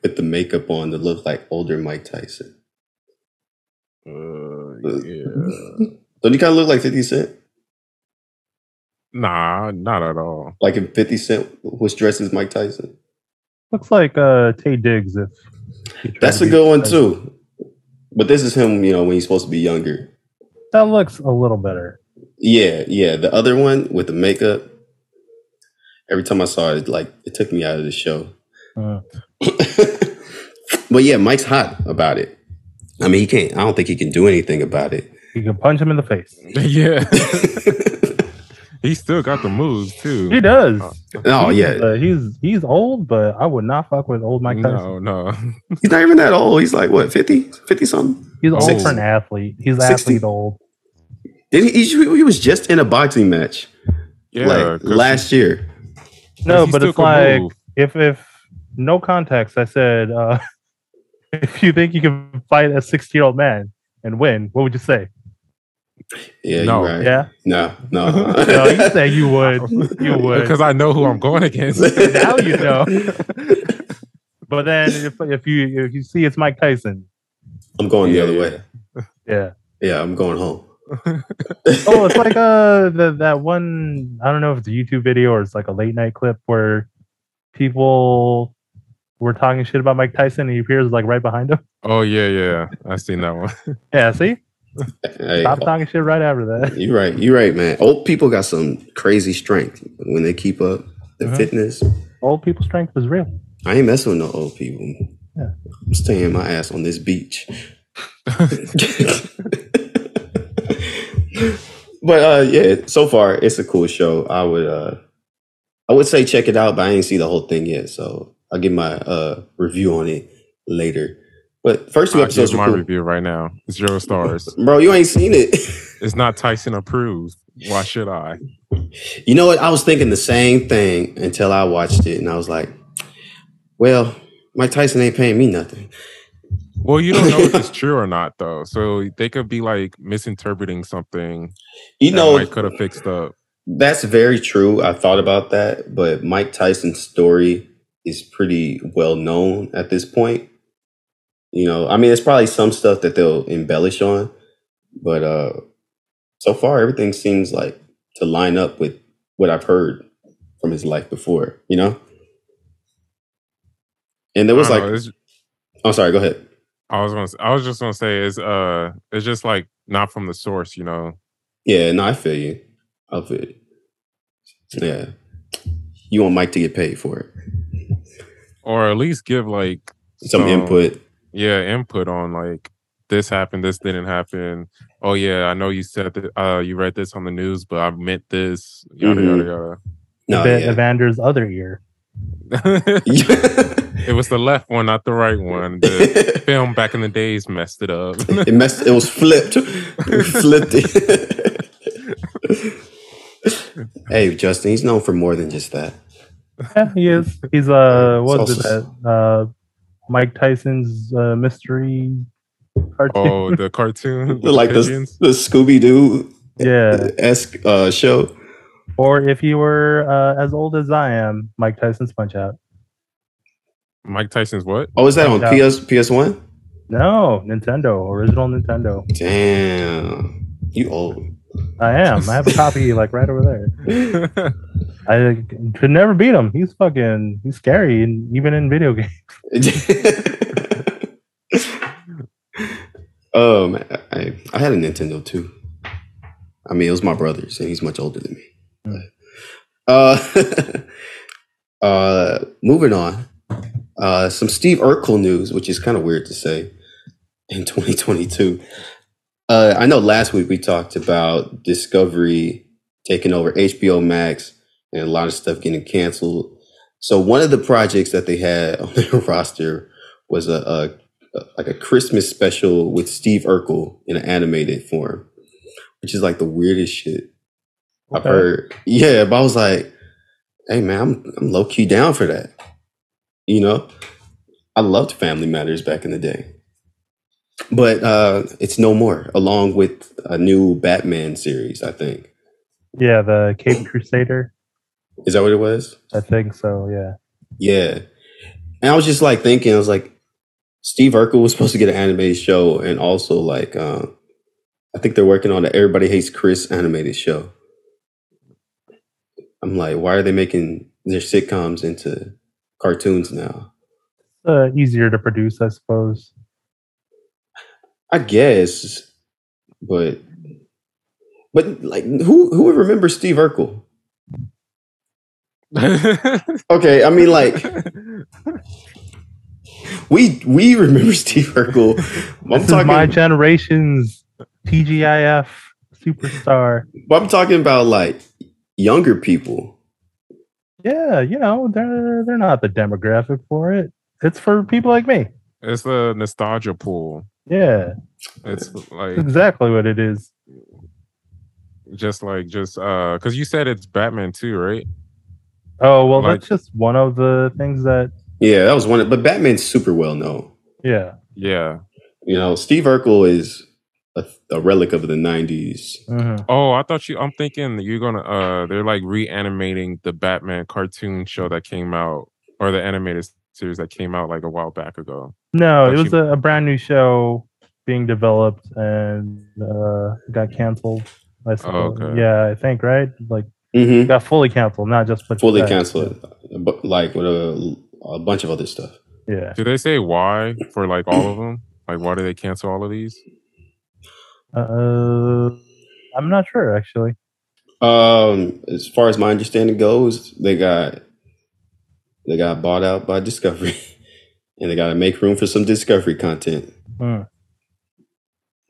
A: with the makeup on to look like older Mike Tyson.
C: Uh, yeah.
A: Don't he kind of look like 50 Cent?
C: nah, not at all.
A: Like if 50 Cent was dressed as Mike Tyson.
B: looks like uh Tay Diggs. If he tried
A: That's
B: to
A: a
B: be-
A: good one too. But this is him, you know, when he's supposed to be younger.
B: That looks a little better.
A: Yeah, yeah. The other one with the makeup. Every time I saw it, like it took me out of the show.
B: Uh,
A: but yeah, Mike's hot about it. I mean, he can't. I don't think he can do anything about it.
B: you can punch him in the face.
C: yeah, he still got the moves too.
B: He does.
A: oh yeah,
B: Uh, he's he's old, but I would not fuck with old Mike Tyson.
C: no, no.
A: he's not even that old. He's like what 50, 50 something.
B: He's old
A: Sixty-
B: for an athlete. He's
A: sixty-
B: athlete old.
A: Did he, he? he was just in a boxing match
C: Yeah,
A: like
C: 'cause-
A: last year.
C: 'cause
B: No,
C: he
B: but
C: still
B: it's
C: can
B: like
C: move.
B: if if no context, I said uh, if you think you can fight a 16 year old man and win, what would you say?
A: Yeah,
C: No.
A: you're right.
B: Yeah,
A: No, no,
B: no, you say you would, you would.
C: because I know who I'm going against.
B: Now you know. But then if if you if you see it's Mike Tyson,
A: I'm going the
C: Yeah,
A: other
C: yeah.
A: way.
B: yeah.
A: Yeah, I'm going home.
B: Oh, it's like uh the, that one. I don't know if it's a YouTube video or it's like a late night clip where people were talking shit about Mike Tyson and he appears like right behind him.
C: oh yeah, yeah. I seen that one.
B: Yeah, see,
A: Hey,
B: stop talking shit right after that.
A: You're right. You're right, man. Old people got some crazy strength when they keep up the
B: Uh-huh.
A: fitness.
B: old people strength was real.
A: I ain't messing with no old people.
B: Yeah.
A: I'm staying my ass on this beach. but uh yeah, so far it's a cool show. I would uh I would say check it out, but I ain't see the whole thing yet, so I'll give my uh review on it later. But first two
C: I'll
A: episodes
C: give my
A: were cool.
C: review right now. Zero stars.
A: Bro, you ain't seen it.
C: it's not Tyson approved. Why should I?
A: You know what? I was thinking the same thing until I watched it, and I was like, "Well, Mike Tyson ain't paying me nothing."
C: Well, you don't know if it's true or not, though. So they could be like misinterpreting something
A: You
C: that
A: know,
C: Mike could have fixed up.
A: that's very true. I thought about that, but Mike Tyson's story is pretty well known at this point. You know, I mean, it's probably some stuff that they'll embellish on, but uh so far everything seems like to line up with what I've heard from his life before. You know, and there was
C: I
A: like,
C: don't know, it's-
A: "I'm sorry, go ahead."
C: I was gonna, s- I was just gonna say is uh, it's just like not from the source, you know.
A: Yeah, no, I feel you. I feel you. Yeah. You want Mike to get paid for it.
C: or at least give like
A: Some input.
C: Yeah, input on like this happened, this didn't happen. Oh yeah, I know you said that uh you read this on the news, but I meant this, yada yada
A: No,
B: Evan-
A: yeah.
B: Evander's other ear.
A: Mm-hmm.
C: yada. it was the left one, not the right one. The
A: it
C: film back in the days messed it up.
A: messed it was flipped. We flipped it. hey, Justin, he's known for more than just that.
B: Yeah, he is. He's uh, what was it?
A: It's also-
B: That, uh, Mike Tyson's uh, mystery cartoon.
C: oh, the cartoon with the
A: like the,
C: pigeons.
A: the Scooby Doo
B: Yeah.
A: esque uh, show.
B: Or if you were uh, as old as I am, Mike Tyson's Punch Out.
C: Mike Tyson's what?
A: Oh, is that on
B: Yeah.
A: PS PS one?
B: No, Nintendo, original Nintendo.
A: Damn. You old.
B: I am. I have a copy like right over there. I could never beat him. He's fucking. He's scary, and even in video games.
A: um, I, I had a Nintendo too. I mean, it was my brother's, and he's much older than me. Uh, uh, moving on. Uh, some Steve Urkel news, which is kind of weird to say in 2022. Uh, I know last week we talked about Discovery taking over HBO Max and a lot of stuff getting canceled. So one of the projects that they had on their roster was a, a a- like a Christmas special with Steve Urkel in an animated form, which is like the weirdest shit I've
B: Okay.
A: heard. Yeah, but I was like, hey man, I'm I'm low key down for that. You know, I loved Family Matters back in the day, but uh, it's no more. Along with a new Batman series, I think
B: Yeah, the Cape Crusader.
A: is that what it was?
B: I think so. Yeah.
A: Yeah, and I was just like thinking, I was like, Steve Urkel was supposed to get an animated show, and also like, um, I think they're working on the Everybody Hates Chris animated show. I'm like, why are they making their sitcoms into cartoons now?
B: Uh, easier to produce, I suppose.
A: I guess, but but like who who would remember Steve Urkel? Okay, I mean like we we remember Steve Urkel. I'm
B: this is my
A: talking
B: generation's TGIF superstar.
A: I'm talking about like younger people.
B: Yeah, you know they're they're not the demographic for it. It's for people like me.
C: it's a nostalgia pool.
B: Yeah,
C: It's like
B: that's exactly what it is.
C: just like just uh because you said it's Batman too, right?
B: Oh well,
C: Like-
B: that's just one of the things that.
A: Yeah, that was one of, but Batman's super well known.
B: Yeah.
C: Yeah.
A: You know, Steve Urkel is a, a relic of the 90s.
B: Mhm.
C: Oh, I thought you I'm thinking that you're gonna uh they're like reanimating the Batman cartoon show that came out or the animated series that came out like a while back ago.
B: No,
C: But
B: it was
C: you-
B: a, a brand new show being developed and uh, got canceled. I suppose.
C: Oh, okay.
B: Yeah, I think right. Like
A: Mhm.
B: got fully canceled, not just put
A: Fully
B: back.
A: canceled, but like with a, a bunch of other stuff.
B: Yeah.
C: Do they say why for like all of them? Like why do they cancel all of these?
B: Uh, I'm not sure actually.
A: Um, as far as my understanding goes, they got they got bought out by Discovery, and they got to make room for some Discovery content.
B: Hmm.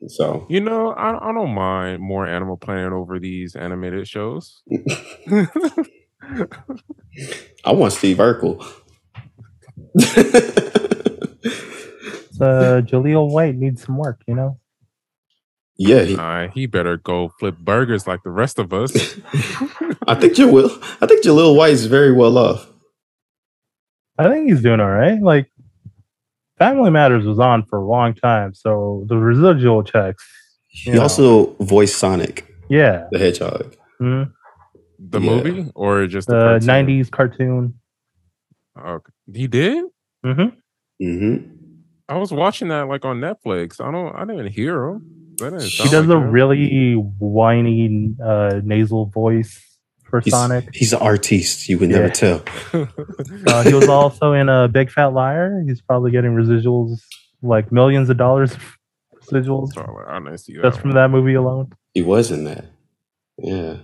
A: So
C: You know, I, I don't mind more Animal Planet over these animated shows.
A: I want Steve Urkel.
B: It's, uh, Jaleel White needs some work, you know.
A: yeah, he-
C: Nah, he better go flip burgers like the rest of us.
A: I think Jalil. I think Jalil White is very well off.
B: I think he's doing all right. Like Family Matters was on for a long time, so the residual checks.
A: He
B: you know.
A: also voiced Sonic
B: yeah,
A: the Hedgehog.
B: hmm
C: The
A: Yeah.
C: movie or just the
B: the
C: cartoon?
B: '90s cartoon.
C: Okay. He did.
B: hmm
A: Mm-hmm.
C: I was watching that like on Netflix. I don't. I didn't hear him. That didn't
B: He
C: sound
B: does
C: like
B: a
C: him.
B: really whiny uh, nasal voice for
A: He's,
B: Sonic.
A: he's an artiste. You would never
B: Yeah.
A: tell.
B: Uh, he was also in a Big Fat Liar. He's probably getting residuals like millions of dollars of residuals
C: Sorry, I didn't see that.
B: just from that movie alone.
A: He was in that. Yeah.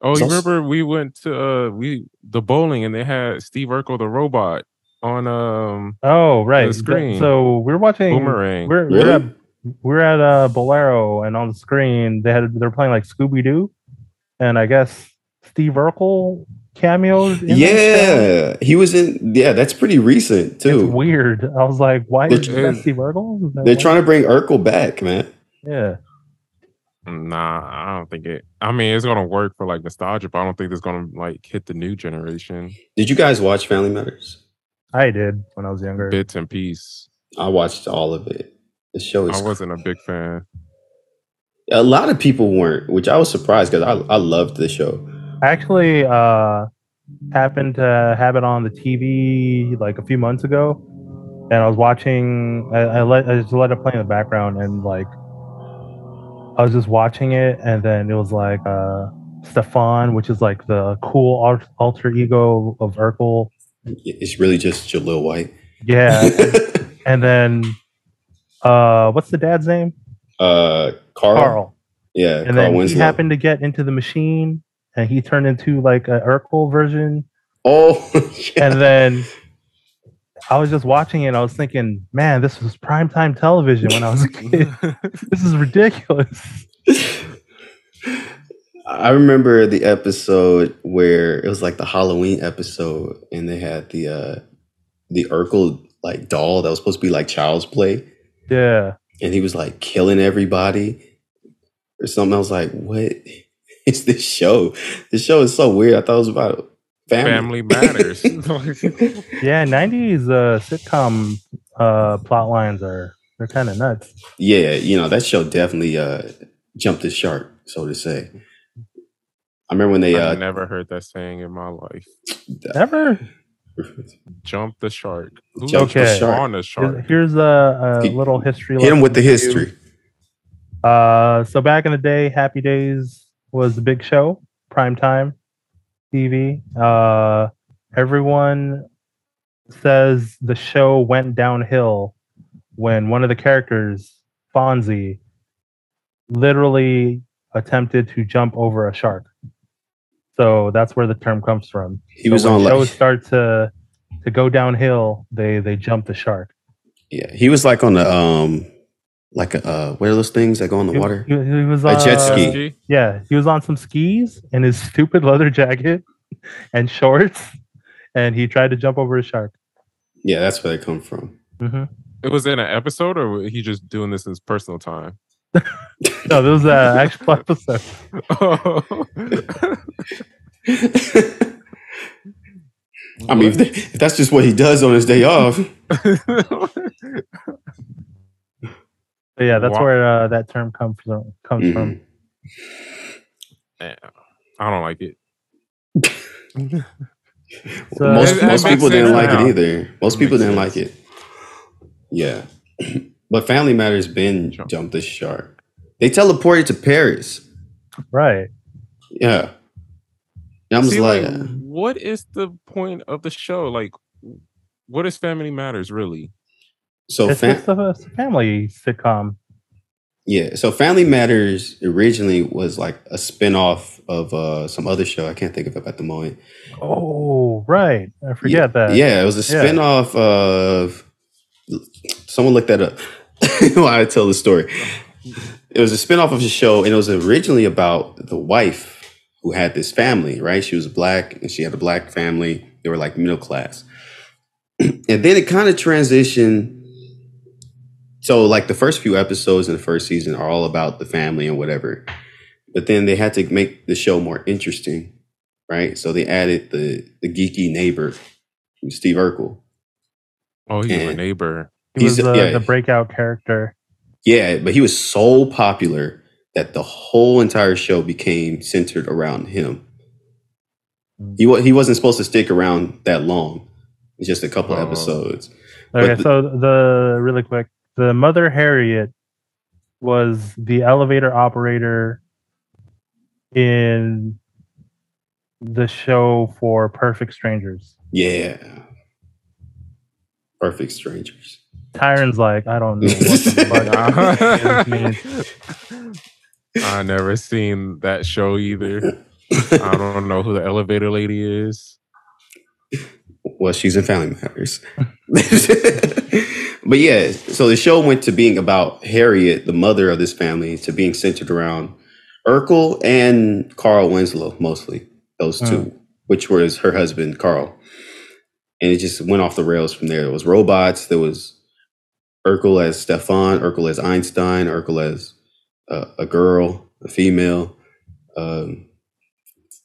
C: Oh, you
A: So-
C: remember we went to uh we the bowling and they had Steve Urkel the robot on um
B: Oh, right.
C: The screen.
B: So we're watching.
C: boomerang.
B: We're, we're
A: Really?
B: at we're at uh, Bolero, and on the screen they had they're playing like Scooby Doo, and I guess Steve Urkel cameos. in that show.
A: Yeah, he was in. Yeah, that's pretty recent
B: It's
A: too.
B: weird. I was like, why
A: They're
B: is
A: tr-
B: that Steve Urkel? Is that
A: They're
B: why?
A: trying to bring Urkel back, man.
B: Yeah.
C: Nah, I don't think it. I mean, it's gonna work for like nostalgia, but I don't think it's gonna like hit the new generation.
A: Did you guys watch Family Matters?
B: I did when I was younger.
C: Bits and piece.
A: I watched all of it. The show is
C: I wasn't a big fan.
A: a lot of people weren't, which I was surprised because I I loved the show.
B: I actually uh, happened to have it on the TV like a few months ago, and I was watching. I, I let I just let it play in the background, and like I was just watching it, and then it was like uh, Stefan, which is like the cool al- alter ego of Urkel.
A: It's really just Jalil White.
B: Yeah, and then uh, what's the dad's name?
A: uh, Carl.
B: Carl.
A: Yeah,
B: And
A: Carl
B: then he
A: Winslow.
B: happened to get into the machine, and he turned into like a Urkel version.
A: oh, yeah.
B: and then I was just watching it. and I was thinking, man, this was primetime television when I was a kid. this is ridiculous.
A: I remember the episode where it was like the Halloween episode, and they had the uh, the Urkel like doll that was supposed to be like child's play,
B: Yeah,
A: and he was like killing everybody or something. I was like, what is this show? This show is so weird. I thought it was about family.
C: Family matters.
B: yeah. Nineties uh, sitcom uh, plot lines are they're kind of nuts.
A: yeah, you know that show definitely uh, jumped the shark, so to say. I remember when they
C: I've
A: uh,
C: never heard that saying in my life.
B: Never.
C: Jump the shark. Who
A: Jump
B: the Okay.
A: shark.
C: on the shark?
B: Here's a, a
A: Hit-
B: little history.
A: hit him
B: lesson
A: with the
B: for you.
A: history.
B: Uh, so back in the day, Happy Days was the big show, prime time TV. Uh, everyone says the show went downhill when one of the characters, Fonzie, literally attempted to jump over a shark. So that's where the term comes from.
A: He
B: So
A: was
B: when
A: on like
B: shows start to to go downhill. They they jump the shark.
A: yeah, he was like on the um like a uh what are those things that go in the water?
B: He, he was
A: A jet
B: uh,
A: ski.
C: Ski?
B: Yeah, he was on some skis in his stupid leather jacket and shorts, and he tried to jump over a shark.
A: Yeah, that's where they come from.
B: hmm
C: It was in an episode, or was he just doing this in his personal time?
B: No, this was an actual episode.
A: I mean, if, they, if that's just what he does on his day off,
B: But yeah, that's
C: Wow.
B: where uh, that term comes from. Comes
A: Mhm.
B: from.
C: I don't like it.
B: So-
A: most
C: It- it
A: most
C: makes
A: people didn't
C: sense
A: like
C: now.
A: it either. Most
C: It
A: people
C: makes
A: didn't like it. Yeah, but Family Matters been
C: Sure.
A: jumped the shark. They teleported to Paris.
B: Right.
A: Yeah, and I was
C: See,
A: like, uh,
C: like, what is the point of the show? Like, what is Family Matters really?
A: so
B: it's
A: fam-
B: just a, it's a family sitcom.
A: Yeah, so Family Matters originally was like a spin-off of uh some other show. I can't think of it at the moment.
B: Oh, right. I forget that.
A: yeah, it was a
B: yeah.
A: spin-off of someone looked that up. Why I tell the story. It was a spin-off of the show and it was originally about the wife who had this family, right? She was black and she had a black family. They were like middle class. and then it kind of transitioned so like the first few episodes in the first season are all about the family and whatever but then they had to make the show more interesting right so they added the the geeky neighbor who's steve urkel
C: Oh, he's
A: Eh.
C: a neighbor.
B: He was
A: He's-
B: uh,
A: yeah.
B: the breakout character.
A: yeah but he was so popular that the whole entire show became centered around him he, wa- he wasn't supposed to stick around that long it's just a couple
C: Oh.
A: episodes But
B: Okay,
A: the-
B: so the really quick, the mother Harriet was the elevator operator in the show for Perfect Strangers.
A: yeah perfect strangers
B: Tyron's like, I don't know what the fuck this means.
C: I never seen that show either. I don't know who the elevator lady is.
A: Well, she's in Family Matters. but yeah, so the show went to being about Harriet, the mother of this family, to being centered around Urkel and Carl Winslow, mostly those two, which was her husband, Carl. And it just went off the rails from there. There was robots, there was Urkel as Stefan, Urkel as Einstein, Urkel as uh, a girl, a female, um,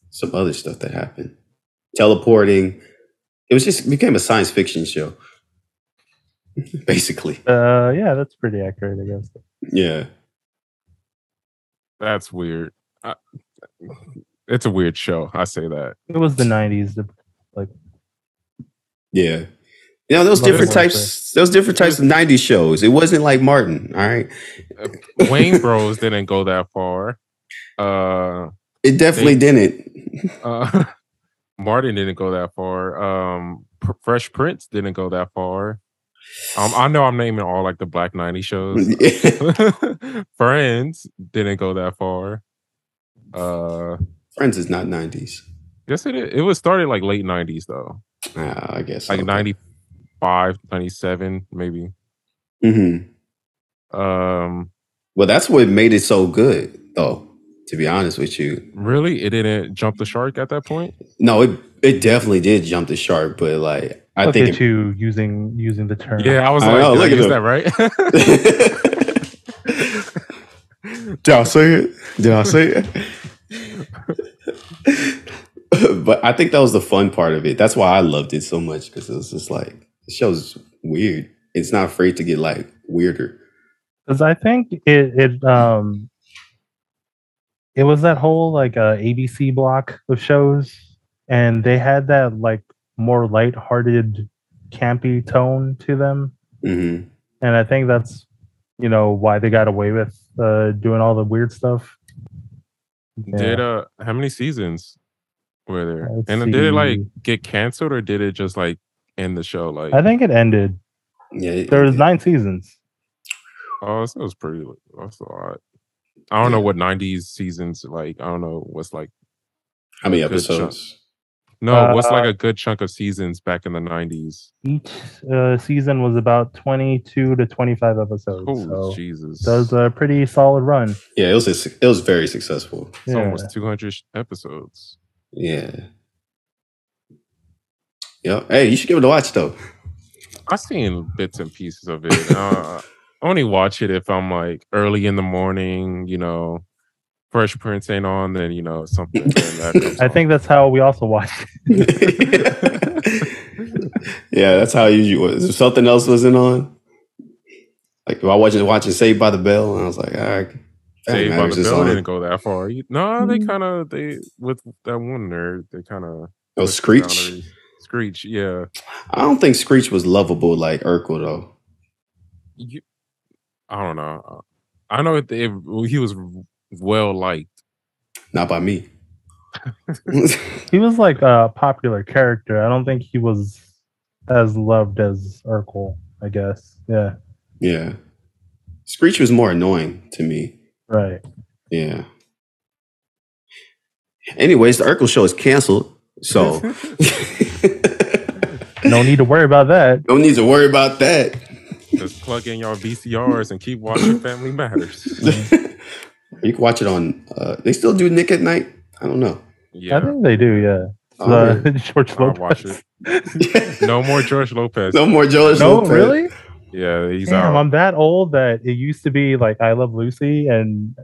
A: some other stuff that happened. Teleporting. It was just it became a science fiction show, basically.
B: Uh, yeah, that's pretty accurate, I guess.
A: Yeah.
C: That's weird. I, it's a weird show. I say that.
B: It was the '90s. The,
A: Yeah. You know, those
B: Love
A: different
B: it, Martin.
A: types, those different types of '90s shows. It wasn't like Martin. All right,
C: Wayne Bros didn't go that far. Uh,
A: it definitely didn't.
C: uh, Martin didn't go that far. Um, P- Fresh Prince didn't go that far. Um, I know I'm naming all like the Black 90 shows. Friends didn't go that far. Uh,
A: Friends is not '90s.
C: yes, it is. it was started like late 90s though,
A: Ah, I guess
C: like
A: so.
C: 95, 97 maybe.
A: Mhm.
C: Um,
A: Well, that's what made it so good, though. To be honest with you,
C: really, it didn't jump the shark at that point.
A: No, it it definitely did jump the shark, but like I
B: Look
A: think
B: at you using using the term.
C: Yeah, I was
A: I
C: like,
A: know,
C: did I
A: look at
C: use
A: him.
C: that right?
A: it- Did I say it? Did I say it? but I think that was the fun part of it. That's why I loved it so much because it was just like the show's weird. It's not afraid to get like weirder.
B: because I think it it um it was that whole like uh, ABC block of shows, and they had that like more lighthearted, campy tone to them,
A: hmm
B: and I think that's you know why they got away with uh, doing all the weird stuff.
C: Did
B: Yeah.
C: uh, how many seasons were there?
B: Let's
C: uh, and did it like
B: see.
C: get canceled or did it just like end the show? Like,
B: I think it ended.
A: Yeah, it-
B: There was nine seasons.
C: oh, that was pretty. That's a lot. I don't know what '90s seasons like. I don't know what's like.
A: how many
C: good
A: episodes?
C: No, what's like
B: Uh,
C: a good chunk of seasons back in the '90s?
B: Each uh, season was about twenty-two to twenty-five episodes.
C: Oh,
B: so
C: Jesus!
B: that was a pretty solid run.
A: Yeah, it was a su- it was very successful.
C: It's
B: Yeah.
C: almost 200 sh- episodes.
A: Yeah. Yeah. Hey, you should give it a watch though.
C: I've seen bits and pieces of it. Uh, I only watch it if I'm like early in the morning, you know, Fresh Prince ain't on, then, you know, something. then that comes
B: I
C: on.
B: think that's how we also watched. it.
A: yeah, that's how you- you. was. If something else wasn't on, like if I wasn't watching Saved by the Bell, and I was like, all right,
C: Saved by
A: Matters
C: the
A: is
C: Bell
A: on.
C: didn't go that far. You- No, they
B: Mm.
C: kind of, they, with that one nerd, they kind of.
A: Oh, Screech.
C: Screech, yeah.
A: I don't think Screech was lovable like Urkel though.
C: You, I don't know. I know it, it, he was well liked.
A: Not by me.
B: He was like a popular character. I don't think he was as loved as Urkel. I guess. Yeah.
A: yeah, Screech was more annoying to me.
B: Right.
A: Yeah. Anyways, the Urkel show is canceled, so
B: No need to worry about that.
A: don't need to worry about that.
C: Just plug in your VCRs and keep watching Family Matters.
A: Mm-hmm. you can watch it on. Uh, they still do Nick at Night. I don't know.
B: I
C: Yeah.
B: think they do. Yeah.
A: Oh,
B: Uh, George
C: I'll watch
B: Lopez.
A: yeah.
C: No more George Lopez.
A: no more George.
B: No,
A: Lopez.
B: really?
C: Yeah, he's
B: Damn,
C: out.
B: I'm that old that it used to be like I Love Lucy and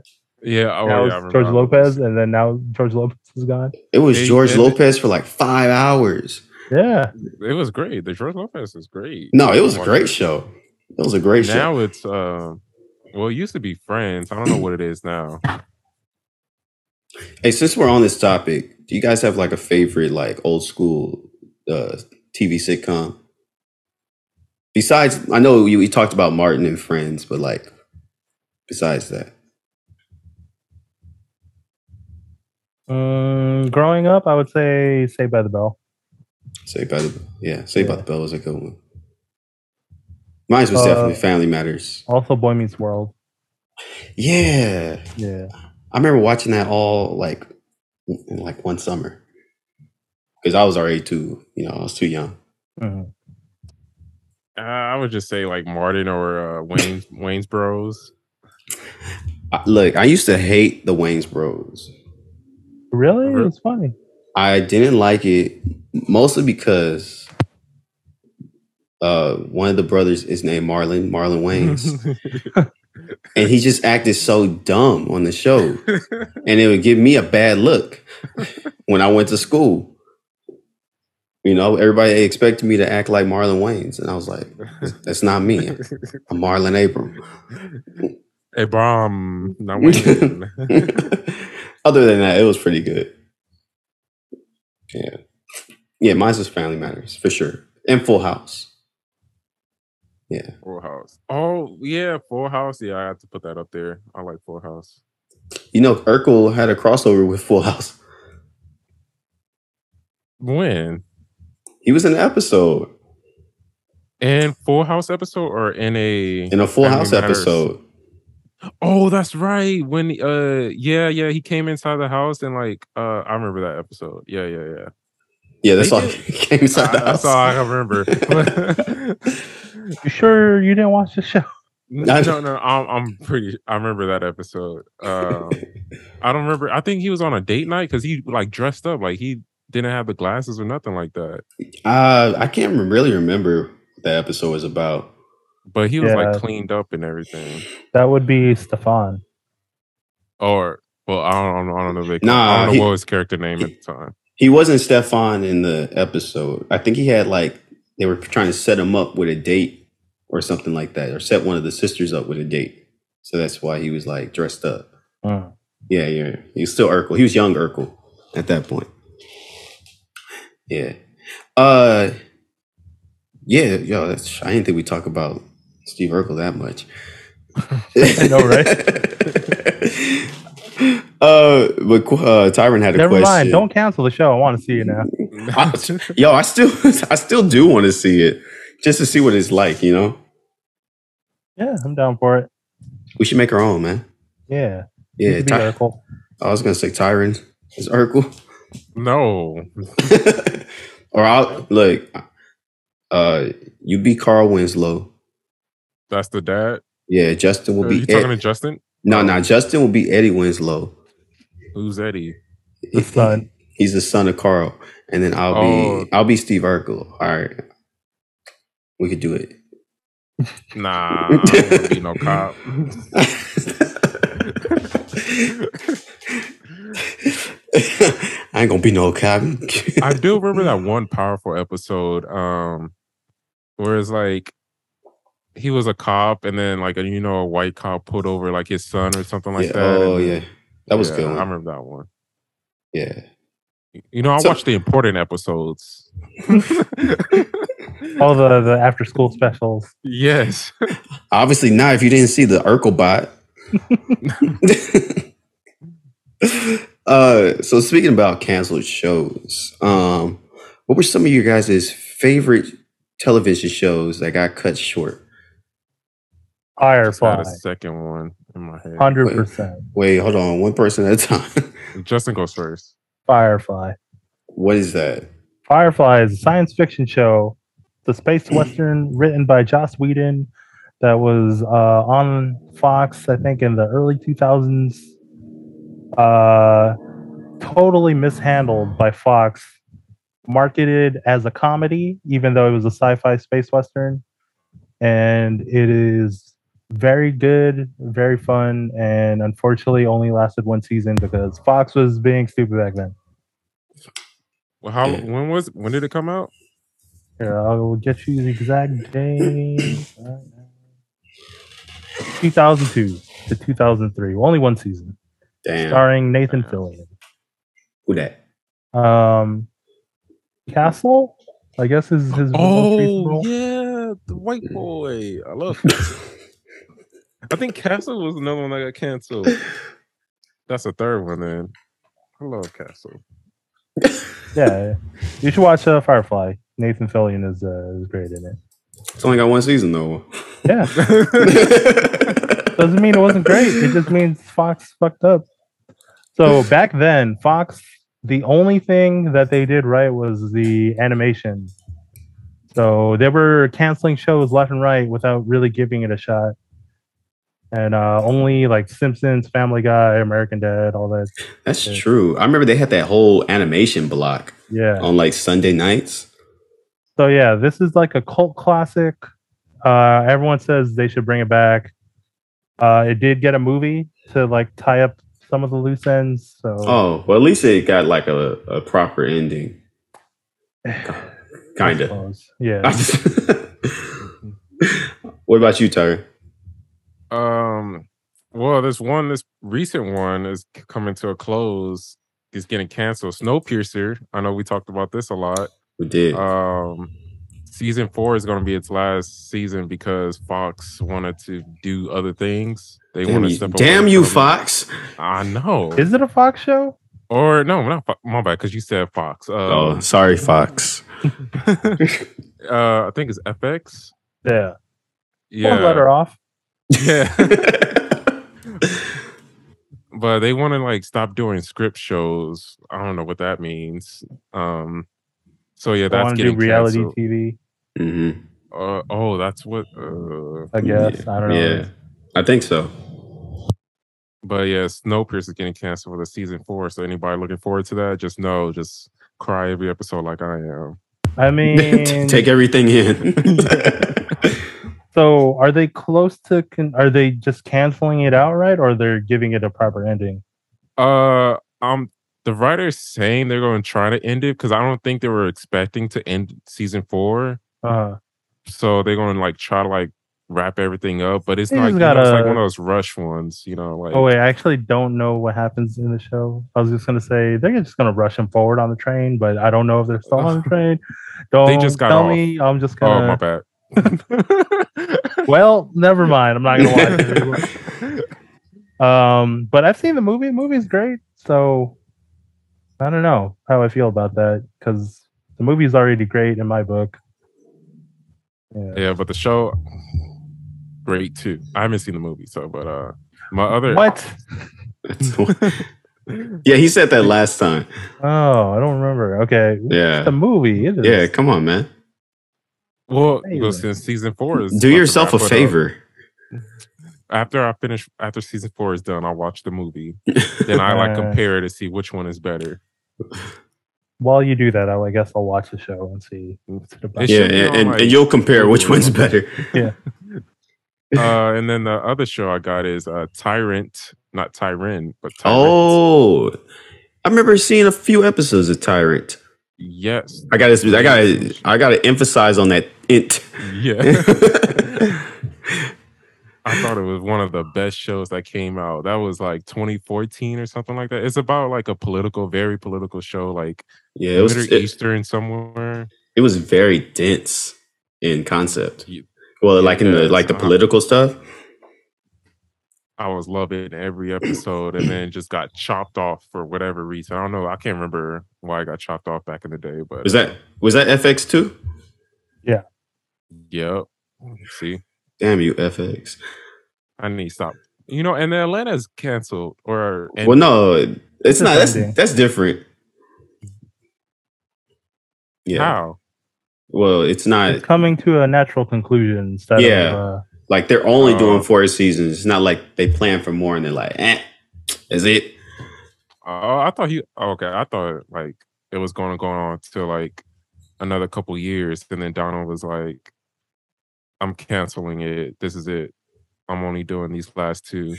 C: yeah, oh, yeah, I
B: now
C: remember
B: it's George
C: I was-
B: Lopez and then now George Lopez is gone.
A: It was
C: They-
A: George
C: they-
A: Lopez for like five hours.
B: Yeah.
C: It was great. The George Lopez is great.
A: No, it was a
C: Watch
A: great
C: it.
A: show. It was a great show.
C: Now it's um, well, it used to be Friends. I don't know what it is now.
A: Hey, since we're on this topic, do you guys have like a favorite like old school uh, TV sitcom? Besides, I know you we talked about Martin and Friends, but like besides that,
B: Mm, growing up, I would say Saved by the Bell.
A: Saved by the yeah, Saved by
B: Yeah.
A: the Bell was a good one. Mine was
B: Uh,
A: definitely Family Matters.
B: Also, Boy Meets World.
A: Yeah,
B: Yeah.
A: I remember watching that all like in like one summer because I was already too, you know, I was too young.
C: Mm-hmm.
B: Mhm.
C: Uh, I would just say like Martin or uh, Wayne's Wayne's Bros.
A: I, look, I used to hate the Wayne's Bros.
B: Really?
C: Really?
B: It's funny.
A: I didn't like it mostly because uh, one of the brothers is named Marlon, Marlon Wayne's, and he just acted so dumb on the show, and it would give me a bad look when I went to school. You know, everybody expected me to act like Marlon Wayne's, and I was like, "That's not me. I'm Marlon Abram."
C: Abram, not Wayne.
A: Other than that, it was pretty good. Yeah. Yeah, mine's was Family Matters for sure. And Full House. Yeah.
C: Full House. Oh yeah, Full House. Yeah, I have to put that up there. I like Full House.
A: You know, Urkel had a crossover with Full House.
C: When
A: He was in an episode
C: in Full House episode or in a
A: in a Full
C: Family
A: House
C: Matters.
A: episode.
C: Oh, that's right. When uh yeah, yeah, he came inside the house and like uh I remember that episode. Yeah, yeah, yeah.
A: Yeah, that's
C: They
A: all.
C: did?
A: came inside the
C: I- that's
A: house.
C: all I remember.
B: You sure you didn't watch the show?
A: I-
C: no, no, I'm, I'm pretty. I remember that episode. Um, I don't remember. I think he was on a date night because he like dressed up, like he didn't have the glasses or nothing like that.
A: Uh, I can't rem- really remember what that episode was about.
C: But he was
B: Yeah.
C: like cleaned up and everything.
B: That would be Stefan.
C: Or well, I don't, I don't know. Like, I
A: Nah,
C: don't know
A: he-
C: what his character name at the time.
A: He wasn't Stefan in the episode. I think he had like they were trying to set him up with a date or something like that, or set one of the sisters up with a date. So that's why he was like dressed up.
B: Mm.
A: Yeah, yeah. He was still Urkel. He was young Urkel at that point. Yeah. Uh yeah, yo, that's I didn't think we talk about Steve Urkel that much.
B: I know, right?
A: uh but qu- uh Tyron had a
B: Never
A: question.
B: mind. Don't cancel the show. I want to see you now.
A: I- yo, I still I still do want to see it just to see what it's like, you know.
B: Yeah, I'm down for it.
A: We should make our own, man.
B: Yeah. You
A: Yeah,
B: could be
A: Ty-
B: Urkel.
A: I was gonna say Tyron is Urkel.
C: no,
A: or I'll look. Uh, you be Carl Winslow.
C: that's the dad.
A: Yeah, Justin will
C: Are Uh, you
A: be.
C: talking
A: Ed-
C: to Justin?
A: no, no, Justin will be Eddie Winslow.
C: Who's Eddie?
B: The son.
A: He's the son of Carl, and then I'll
C: Oh.
A: be I'll be Steve Urkel. All right, we could do it.
C: Nah, I don't wanna be no cop.
A: I ain't gonna be no cabin.
C: I do remember that one powerful episode, um, where it's like he was a cop, and then like a, you know a white cop pulled over like his son or something like
A: yeah,
C: that.
A: oh
C: and-
A: yeah, that was a
C: yeah,
A: good.
C: I
A: One.
C: remember that one.
A: Yeah,
C: You know, I
A: So-
C: watched the important episodes.
B: All the, the after school specials.
C: yes,
A: obviously not if you didn't see the Urkel bot. uh, so speaking about canceled shows, um, what were some of your guys' favorite television shows that got cut short?
C: just had
B: Firefly.
C: a second one in my head.
B: 100%.
A: Wait, hold on, one person at a time.
C: Justin goes first.
B: Firefly.
A: what is that?
B: Firefly is a science fiction show, the space western written by Joss Whedon that was uh, on Fox, I think, in the early 2000s. Uh, totally mishandled by Fox, marketed as a comedy, even though it was a sci fi space western. And it is very good, very fun, and unfortunately only lasted one season because Fox was being stupid back then.
C: Well, how
A: Yeah.
C: when was when did it come out?
B: Here, I'll get you the exact day. 2002 to 2003, only one season,
A: Damn,
B: starring Nathan
C: Yeah.
B: Fillion.
A: who that?
B: Um, Castle, I guess is his most recent
C: Oh
B: role.
C: yeah, the white boy. I love. I think Castle was another one that got canceled. That's the third one then. I love Castle.
B: Yeah, you should watch uh, Firefly. Nathan Fillion is uh, is great in it.
A: It's only got one season though.
B: Yeah, doesn't mean it wasn't great. It just means Fox fucked up. So back then, Fox, the only thing that they did right was the animation. So they were canceling shows left and right without really giving it a shot. And uh, only like Simpsons, Family Guy, American Dad, all that.
A: That's
B: Yeah.
A: true. I remember they had that whole animation block
B: Yeah.
A: on like Sunday nights.
B: So yeah, this is like a cult classic. Uh, everyone says they should bring it back. Uh, it did get a movie to like tie up some of the loose ends. So
A: Oh, well, at least it got like a, a proper ending.
B: I
A: Kind of.
B: suppose. Yeah.
A: what about you, Tyron?
C: Um, well, this one, this recent one is c- coming to a close. Is getting canceled. Snowpiercer. I know we talked about this a lot.
A: We did.
C: Um, season four is going to be its last season because Fox wanted to do other things. They
A: Damn
C: want to
A: you,
C: step away
A: damn you
C: from-
A: Fox.
C: I know.
B: Is it a Fox show?
C: or no, not Fox, my bad, because you said Fox.
A: Oh,
C: Uh,
A: sorry, Fox.
C: uh, I think it's FX.
B: Yeah.
C: Yeah,
B: Don't let her off.
C: yeah. but they want to like stop doing script shows. I don't know what that means. Um, so yeah,
B: I
C: that's
B: want to do
C: getting
B: reality
C: canceled.
B: TV,
A: hmm
C: Uh, oh, that's what. Uh,
B: I guess. I don't know.
A: Yeah, I think so.
C: but yeah, Snowpiercer is getting canceled for the season four. So anybody looking forward to that, just know, just cry every episode like I am.
B: I mean,
A: Take everything in.
B: so are they close to, con- are they just canceling it outright or they're giving it a proper ending?
C: Uh, um, the writer's saying they're going to try to end it because I don't think they were expecting to end season four.
B: Uh,
C: so they're gonna like try to like wrap everything up, but it's
B: They
C: not
B: just
C: you know, it's like
B: gotta-
C: one of those rush ones, you know, like
B: oh, wait. I actually don't know what happens in the show. I was just going to say they're just going to rush him forward on the train, but I don't know if they're still on the train. Don't
C: just got
B: tell
C: off.
B: me. I'm just
C: oh
B: going
C: my
B: to.
C: bad.
B: well, never mind. I'm not going to watch it. anymore. Um, but I've seen the movie. The movie's great. So I don't know how I feel about that because the movie's already great in my book. Yeah.
C: yeah, but the show great too. I haven't seen the movie, so but uh my other
B: What?
A: yeah, he said that last time.
B: Oh, I don't remember. Okay. It's
A: Yeah,
B: a movie. It is.
A: yeah. Come on, man.
C: well,
B: Hey,
C: well
B: man.
C: since season four is
A: Do
C: about to
A: yourself a
C: wrap it up, uh,
A: favor.
C: after I finish after season four is done, I'll watch the movie. Then I like
B: Uh.
C: compare to see which one is better.
B: While you do that, I'll, I guess I'll watch the show and see.
C: It
A: yeah,
C: should be on,
A: and, and,
C: like,
A: and you'll compare which one's better.
C: uh, and then the other show I got is uh, Tyrant, not Tyrant, but Tyrant.
A: Oh, I remember seeing a few episodes of Tyrant.
C: yes,
A: I got to I got to I got to emphasize on that int.
C: yeah. I thought it was one of the best shows that came out. That was like 2014 or something like that. It's about like a political, very political show, like
A: yeah, it was
C: Middle
A: it,
C: Eastern somewhere.
A: it was very dense in concept.
C: You-
A: Well, like in the like the
C: Uh-huh.
A: political stuff.
C: I was loving every episode, and then just got chopped off for whatever reason. I don't know. I can't remember why I got chopped off back in the day, but
A: Was that was that FX too?
C: Yep. See,
A: Damn you, FX.
C: I need to stop. You know, and Atlanta's canceled or and
A: well, no, it's not. That's
B: ending.
A: that's different. Yeah.
C: how?
A: Well, it's not
B: It's coming to a natural conclusion instead
A: Yeah.
B: of. Uh,
A: like they're only
C: Oh.
A: doing four seasons. It's not like they plan for more and they're like, eh, is it?
C: Oh, I thought he. oh, okay, I thought like it was going to go on to like another couple years, and then Donald was like, "I'm canceling it. This is it. I'm only doing these last two.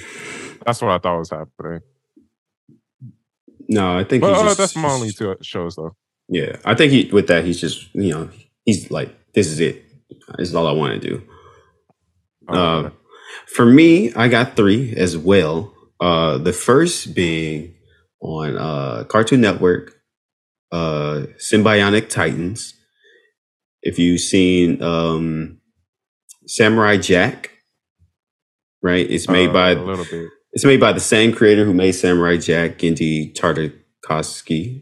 C: That's what I thought was happening.
A: No, I think.
C: But
A: he's
C: uh,
A: just-
C: that's my only two shows though.
A: Yeah, I think he with that he's just you know he's like this is it. This is all I want to do.
C: Oh,
A: Uh, for me, I got three as well. Uh, the first being on uh, Cartoon Network, uh, Symbionic Titans. If you've seen um, Samurai Jack, right? It's made
C: uh,
A: by
C: a little bit.
A: it's made by the same creator who made Samurai Jack, Gendy Tartakovsky.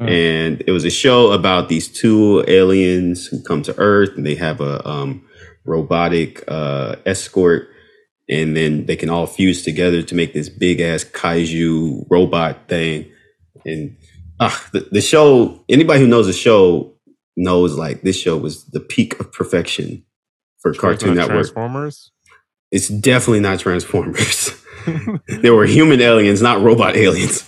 B: Mm.
A: And it was a show about these two aliens who come to Earth and they have a um, robotic uh, escort. And then they can all fuse together to make this big ass kaiju robot thing. And ah, the, the show, anybody who knows the show knows like this show was the peak of perfection for Cartoon
C: Not
A: Network.
C: Transformers.
A: It's definitely not Transformers. they were human aliens, not robot aliens.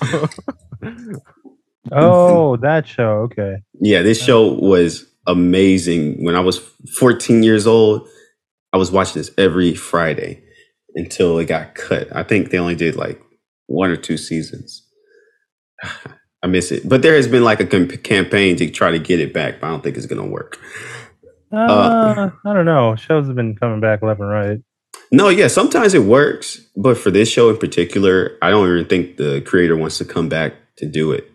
B: oh, that show. Okay.
A: Yeah, this show was amazing. When I was 14 years old, I was watching this every Friday until it got cut. I think they only did like one or two seasons. I miss it. But there has been like a com- campaign to try to get it back, but I don't think it's going to work.
B: Uh, I don't know. Shows have been coming back left and right.
A: No, yeah, sometimes it works, but for this show in particular, I don't even think the creator wants to come back to do it.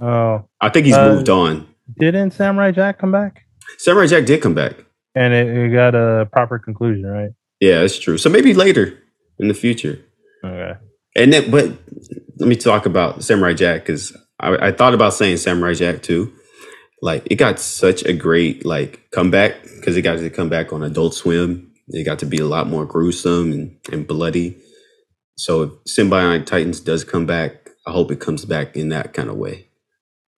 B: Oh,
A: I think he's
B: Uh,
A: moved on.
B: didn't Samurai Jack come back?
A: Samurai Jack did come back.
B: and it, it got a proper conclusion, right?
A: Yeah, that's true. So maybe later in the future.
B: Okay.
A: And then, but let me talk about Samurai Jack because I, I thought about saying Samurai Jack too. Like it got such a great like comeback because it got to come back on Adult Swim. It got to be a lot more gruesome and, and bloody. So if Symbionic Titans does come back, I hope it comes back in that kind of way.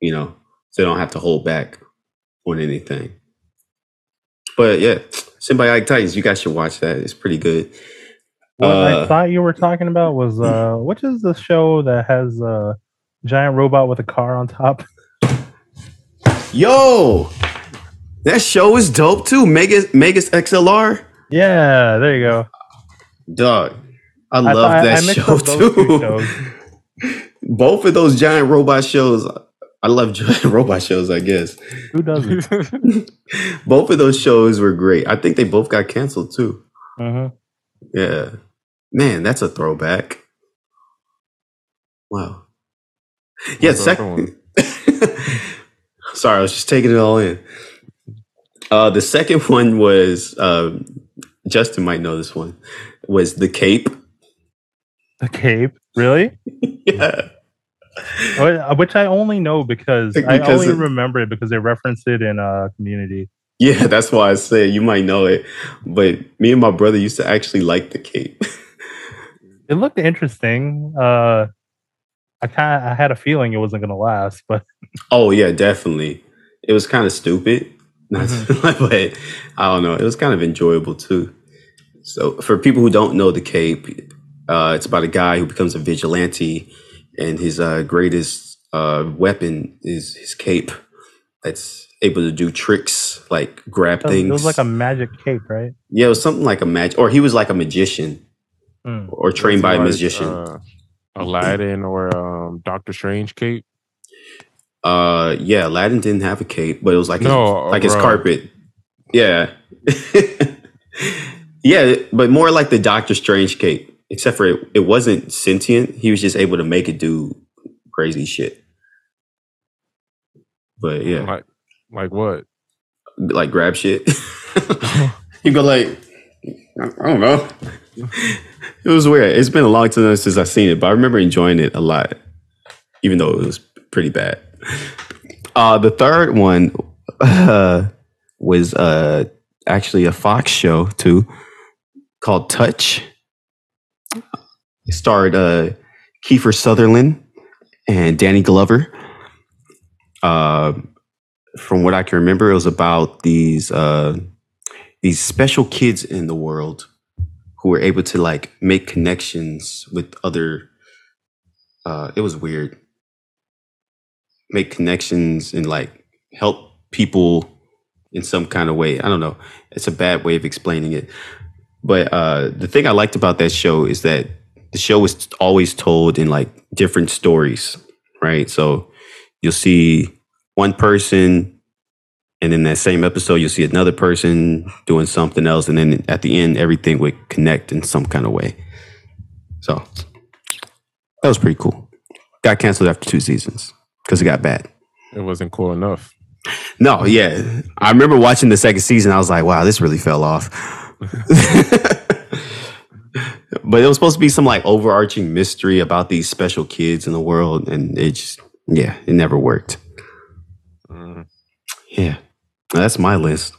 A: You know, so they don't have to hold back on anything. But yeah, Symbiotic Titans, you guys should watch that. It's pretty good.
B: What
A: Uh,
B: I thought you were talking about was uh, which is the show that has a giant robot with a car on top?
A: Yo, that show is dope too. Megas Megas XLR,
B: yeah, there you go.
A: dog. I
B: I
A: love
B: thought- I-
A: that
B: I mixed
A: show
B: up those two
A: too.
B: shows.
A: Both of those giant robot shows. I love giant robot shows. I guess
B: Who doesn't?
A: both of those shows were great. I think they both got canceled too.
B: uh-huh.
A: Yeah, man, that's a throwback. Wow. Yeah,
C: What's the other
A: second. Sorry, I was just taking it all in. Uh, the second one was um, Justin might know this one was the Cape.
B: The Cape, really?
A: yeah,
B: Wh- Which I only know because, I
A: Because
B: only
A: it-
B: remember it because they referenced it in uh, Community.
A: yeah, that's why I say you might know it. But me and my brother used to actually like the Cape.
B: It looked interesting. Uh, I kind of I had a feeling it wasn't gonna last, but
A: oh yeah, definitely. It was kind of stupid, not
B: Mm-hmm.
A: but I don't know. It was kind of enjoyable too. So for people who don't know the Cape, uh, it's about a guy who becomes a vigilante, and his uh, greatest uh, weapon is his cape. That's able to do tricks like grab
B: it was-
A: things.
B: it was like a magic cape, right?
A: yeah, it was something like a magic, or he was like a magician,
B: Hmm.
A: or trained by a
C: Like,
A: magician.
C: uh, Aladdin or um, Doctor Strange cape.
A: Uh, yeah, Aladdin didn't have a cape, but it was like
C: No,
A: his, like his
C: bro.
A: carpet. Yeah, yeah, but more like the Doctor Strange cape, except for it, it wasn't sentient. He was just able to make it do crazy shit. But yeah, like,
C: Like, like what?
A: grab shit. you go like, I I don't know. It was weird. It's been a long time since I've seen it, but I remember enjoying it a lot, even though it was pretty bad. Uh, the third one uh, was uh, actually a Fox show too, called Touch. It starred uh, Kiefer Sutherland and Danny Glover. Uh, from what I can remember, it was about these uh, these special kids in the world who were able to like make connections with other. Uh, it was weird. Make connections and like help people in some kind of way. I don't know. It's a bad way of explaining it. But uh, the thing I liked about that show is that the show was always told in like different stories, right? So you'll see one person, and in that same episode, you'll see another person doing something else, and then at the end, everything would connect in some kind of way. So that was pretty cool. Got canceled after two seasons because it got bad.
C: It wasn't cool enough.
A: No, yeah. I remember watching the second season. I was like, wow, this really fell off. but it was supposed to be some like overarching mystery about these special kids in the world. And it just, yeah, it never worked. Mm-hmm.
C: Mm,
A: Yeah. That's my list.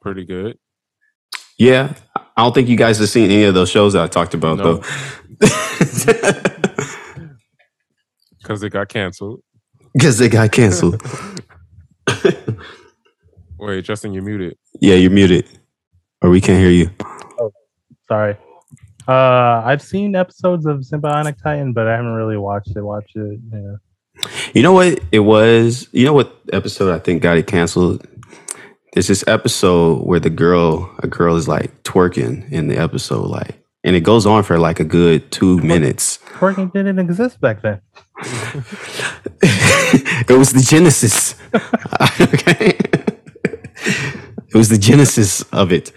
C: pretty good.
A: Yeah. I don't think you guys have seen any of those shows that I talked about,
C: No.
A: though.
C: Because it got canceled.
A: Because they got canceled.
C: Wait, Justin, you muted.
A: yeah, you're muted. Or we can't hear you.
B: Sorry. Uh, I've seen episodes of Symbionic Titan, but I haven't really watched it. Watch it. Yeah.
A: You know what it was? You know what episode I think got it canceled? There's this episode where the girl, a girl is like twerking in the episode, like, and it goes on for like a good two minutes.
B: Twerking didn't exist back then.
A: it was the genesis. okay. It was the genesis of it.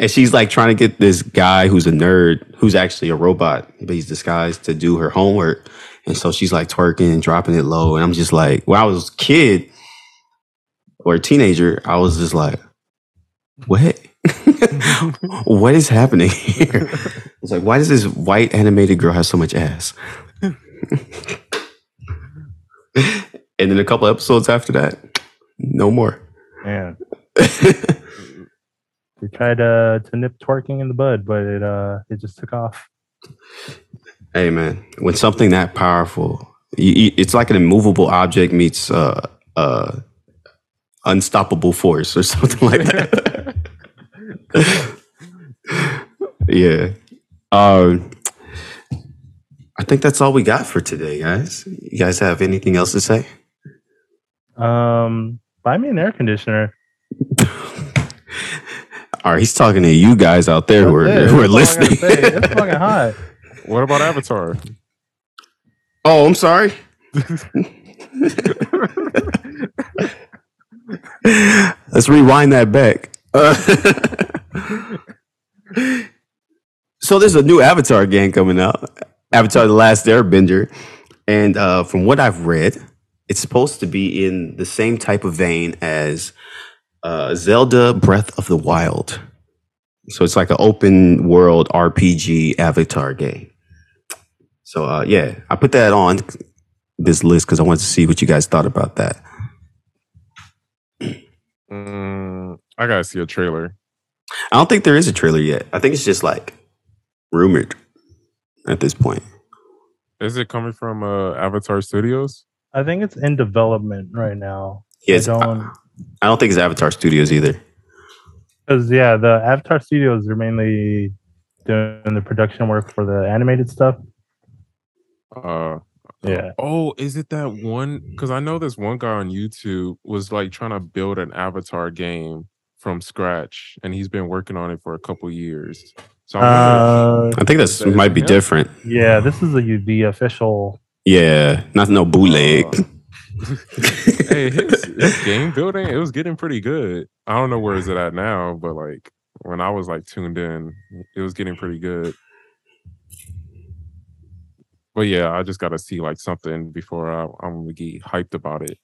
A: And she's like trying to get this guy who's a nerd, who's actually a robot, but he's disguised to do her homework. And so she's like twerking and dropping it low. And I'm just like, when I was a kid, or a teenager, I was just like, what? what is happening here? It's like, why does this white animated girl have so much ass? and then a couple episodes after that, no more.
B: Man, we tried uh, to nip twerking in the bud, but it uh, it just took off.
A: hey, man, when something that powerful, you, you- it's like an immovable object meets uh, uh, unstoppable force or something like that. yeah. Um, I think that's all we got for today, guys. You guys have anything else to say?
B: Um, buy me an air conditioner.
A: All right, he's talking to you guys out there who are,
B: That's it.
A: who are
B: That's all I gotta
A: listening.
B: say. It's fucking hot.
C: What about Avatar?
A: oh, I'm sorry. Let's rewind that back. Uh, so there's a new Avatar game coming out, Avatar: The Last Airbender, and uh, from what I've read, it's supposed to be in the same type of vein as uh, Zelda: Breath of the Wild. So it's like an open world RPG Avatar game. So uh, yeah, I put that on this list because I wanted to see what you guys thought about that.
C: Mm, I gotta see a trailer.
A: I don't think there is a trailer yet. I think it's just like rumored at this point.
C: Is it coming from uh, Avatar Studios?
B: I think it's in development right now.
A: Yes,
B: I
A: I,
B: don't
A: I don't think it's Avatar Studios either.
B: because yeah, the Avatar Studios are mainly doing the production work for the animated stuff.
C: Uh,
B: Yeah,
C: oh, is it that one? Because I know this one guy on YouTube was like trying to build an Avatar game from scratch, and he's been working on it for a couple years. So I
B: uh,
A: I think that's
C: Is that
A: might be
C: him?
A: different.
B: yeah. This is the the official.
A: Yeah, not no bootleg.
C: wonder, Oh. hey, his, his game building it was getting pretty good. I don't know where is it at now, but like when I was like tuned in, it was getting pretty good. But yeah, I just gotta see like something before I, I'm gonna get hyped about it.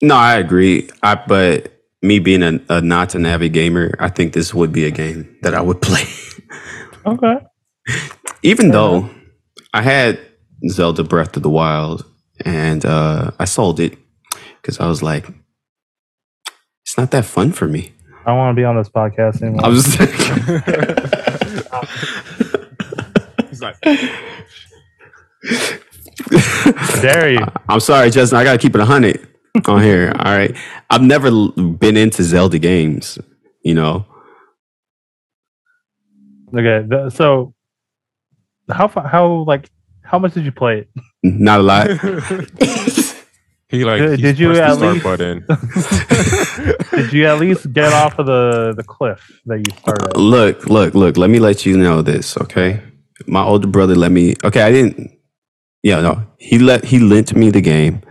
A: no, I agree. I but me being a, a not a Navi gamer, I think this would be a game that I would play.
B: Okay.
A: Even though I had Zelda Breath of the Wild and uh, I sold it because I was like, it's not that fun for me.
B: I don't want to be on this podcast anymore.
A: I was
C: It's like
B: dare you?
A: I'm sorry, Justin. I gotta keep it hundred on here. All right, I've never l- been into Zelda games. You know,
B: Okay, th- so how fa- how like how much did you play it?
A: not a lot.
C: he like
B: Did-
C: he
B: did you at
C: pressed the start
B: least-
C: button.
B: Did you at least get off of the the cliff that you started?
A: look, look, look. Let me let you know this, okay? My older brother let me. Okay, I didn't. Yeah, no. He let he lent me the game,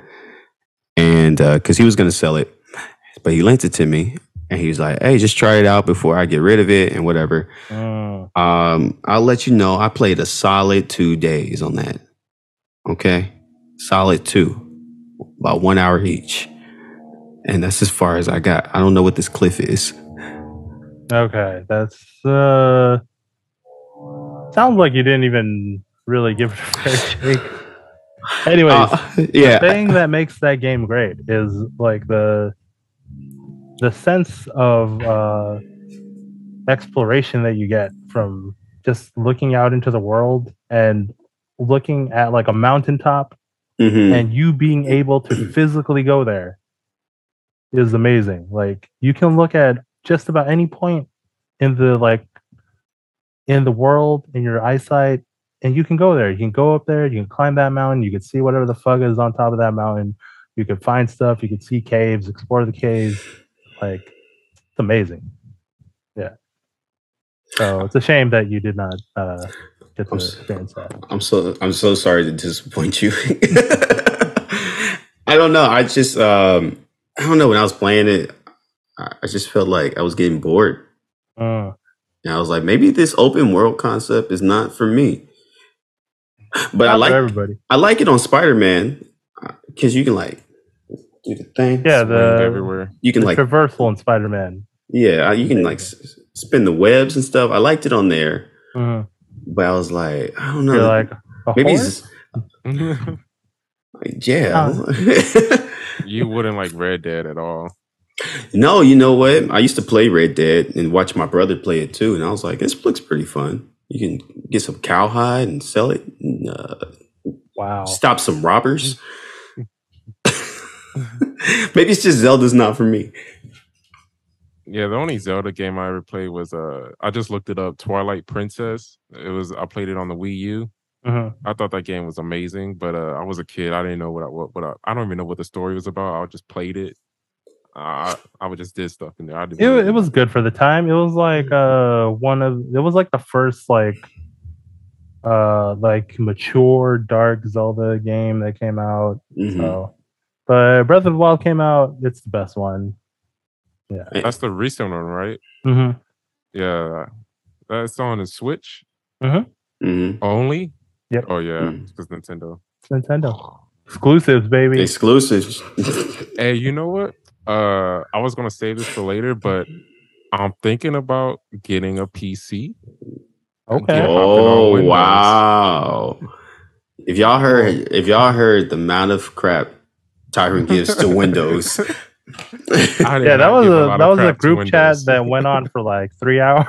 A: and because he was gonna sell it, but he lent it to me, and he was like, "Hey, just try it out before I get rid of it and whatever."
B: Mm,
A: Um, I'll let you know. I played a solid two days on that. Okay, solid two, about one hour each, and that's as far as I got. I don't know what this cliff is.
B: okay, that's uh sounds like you didn't even really give it a fair shake. Anyways,
A: Uh, yeah,
B: the thing that makes that game great is like the the sense of uh exploration that you get from just looking out into the world and looking at like a mountaintop
A: Mhm.
B: and you being able to physically go there is amazing. Like you can look at just about any point in the like in the world in your eyesight and you can go there. You can go up there, you can climb that mountain, you can see whatever the fuck is on top of that mountain. You can find stuff, you can see caves, explore the caves. Like it's amazing. Yeah. So it's a shame that you did not uh get to
A: I'm s-
B: experience that.
A: I'm so I'm so sorry to disappoint you. I don't know. I just um, I don't know. When I was playing it, I I just felt like I was getting bored.
B: Mm.
A: And I was like, maybe this open world concept is not for me. But I
B: Not for
A: like
B: everybody.
A: uh, I like it on Spider Man because you can like do the thing.
B: Yeah,
C: Swing
B: the-
C: everywhere.
A: you can
B: the
A: like
B: traversal in Spider Man.
A: yeah, you can like s- spin the webs and stuff. I liked it on there, but I was like, I don't know.
C: Hmm.
B: You're like a
A: maybe
B: horse?
A: it's like, yeah.
C: you wouldn't like Red Dead at all.
A: no, you know what? I used to play Red Dead and watch my brother play it too, and I was like, this looks pretty fun. You can get some cowhide and sell it, and, uh,
B: wow.
A: stop some robbers. maybe it's just Zelda's not for me.
C: Yeah, the only Zelda game I ever played was uh I just looked it up, Twilight Princess. It was I played it on the Wii U.
B: Mhm.
C: I thought that game was amazing, but uh, I was a kid. I didn't know what I, what, what I, I don't even know what the story was about. I just played it. I I would just did stuff in there. I didn't
B: It, wa-
C: really-
B: it was good for the time. It was like uh one of it was like the first like uh like mature dark Zelda game that came out.
C: Mm-hmm.
A: Mhm.
B: So, but Breath of the Wild came out. It's the best one.
C: that's the recent one, right?
B: Mm-hmm.
C: Yeah, that's on the Switch
A: Mhm.
C: only.
B: Yep.
C: Oh yeah,
A: Mm.
C: because Nintendo.
B: Nintendo exclusives, baby.
A: Exclusives.
C: Hey, you know what? Uh, I was gonna save this for later, but I'm thinking about getting a PC.
B: Okay.
C: Yeah.
A: oh
C: Windows.
A: wow! If y'all heard, if y'all heard the amount of crap Tyron gives to Windows,
C: I did
B: Yeah, that
C: not
B: was
C: give
B: a
C: lot
B: that
C: of
B: was a
C: crap to
B: group chat
C: Windows.
B: that went on for like three hours.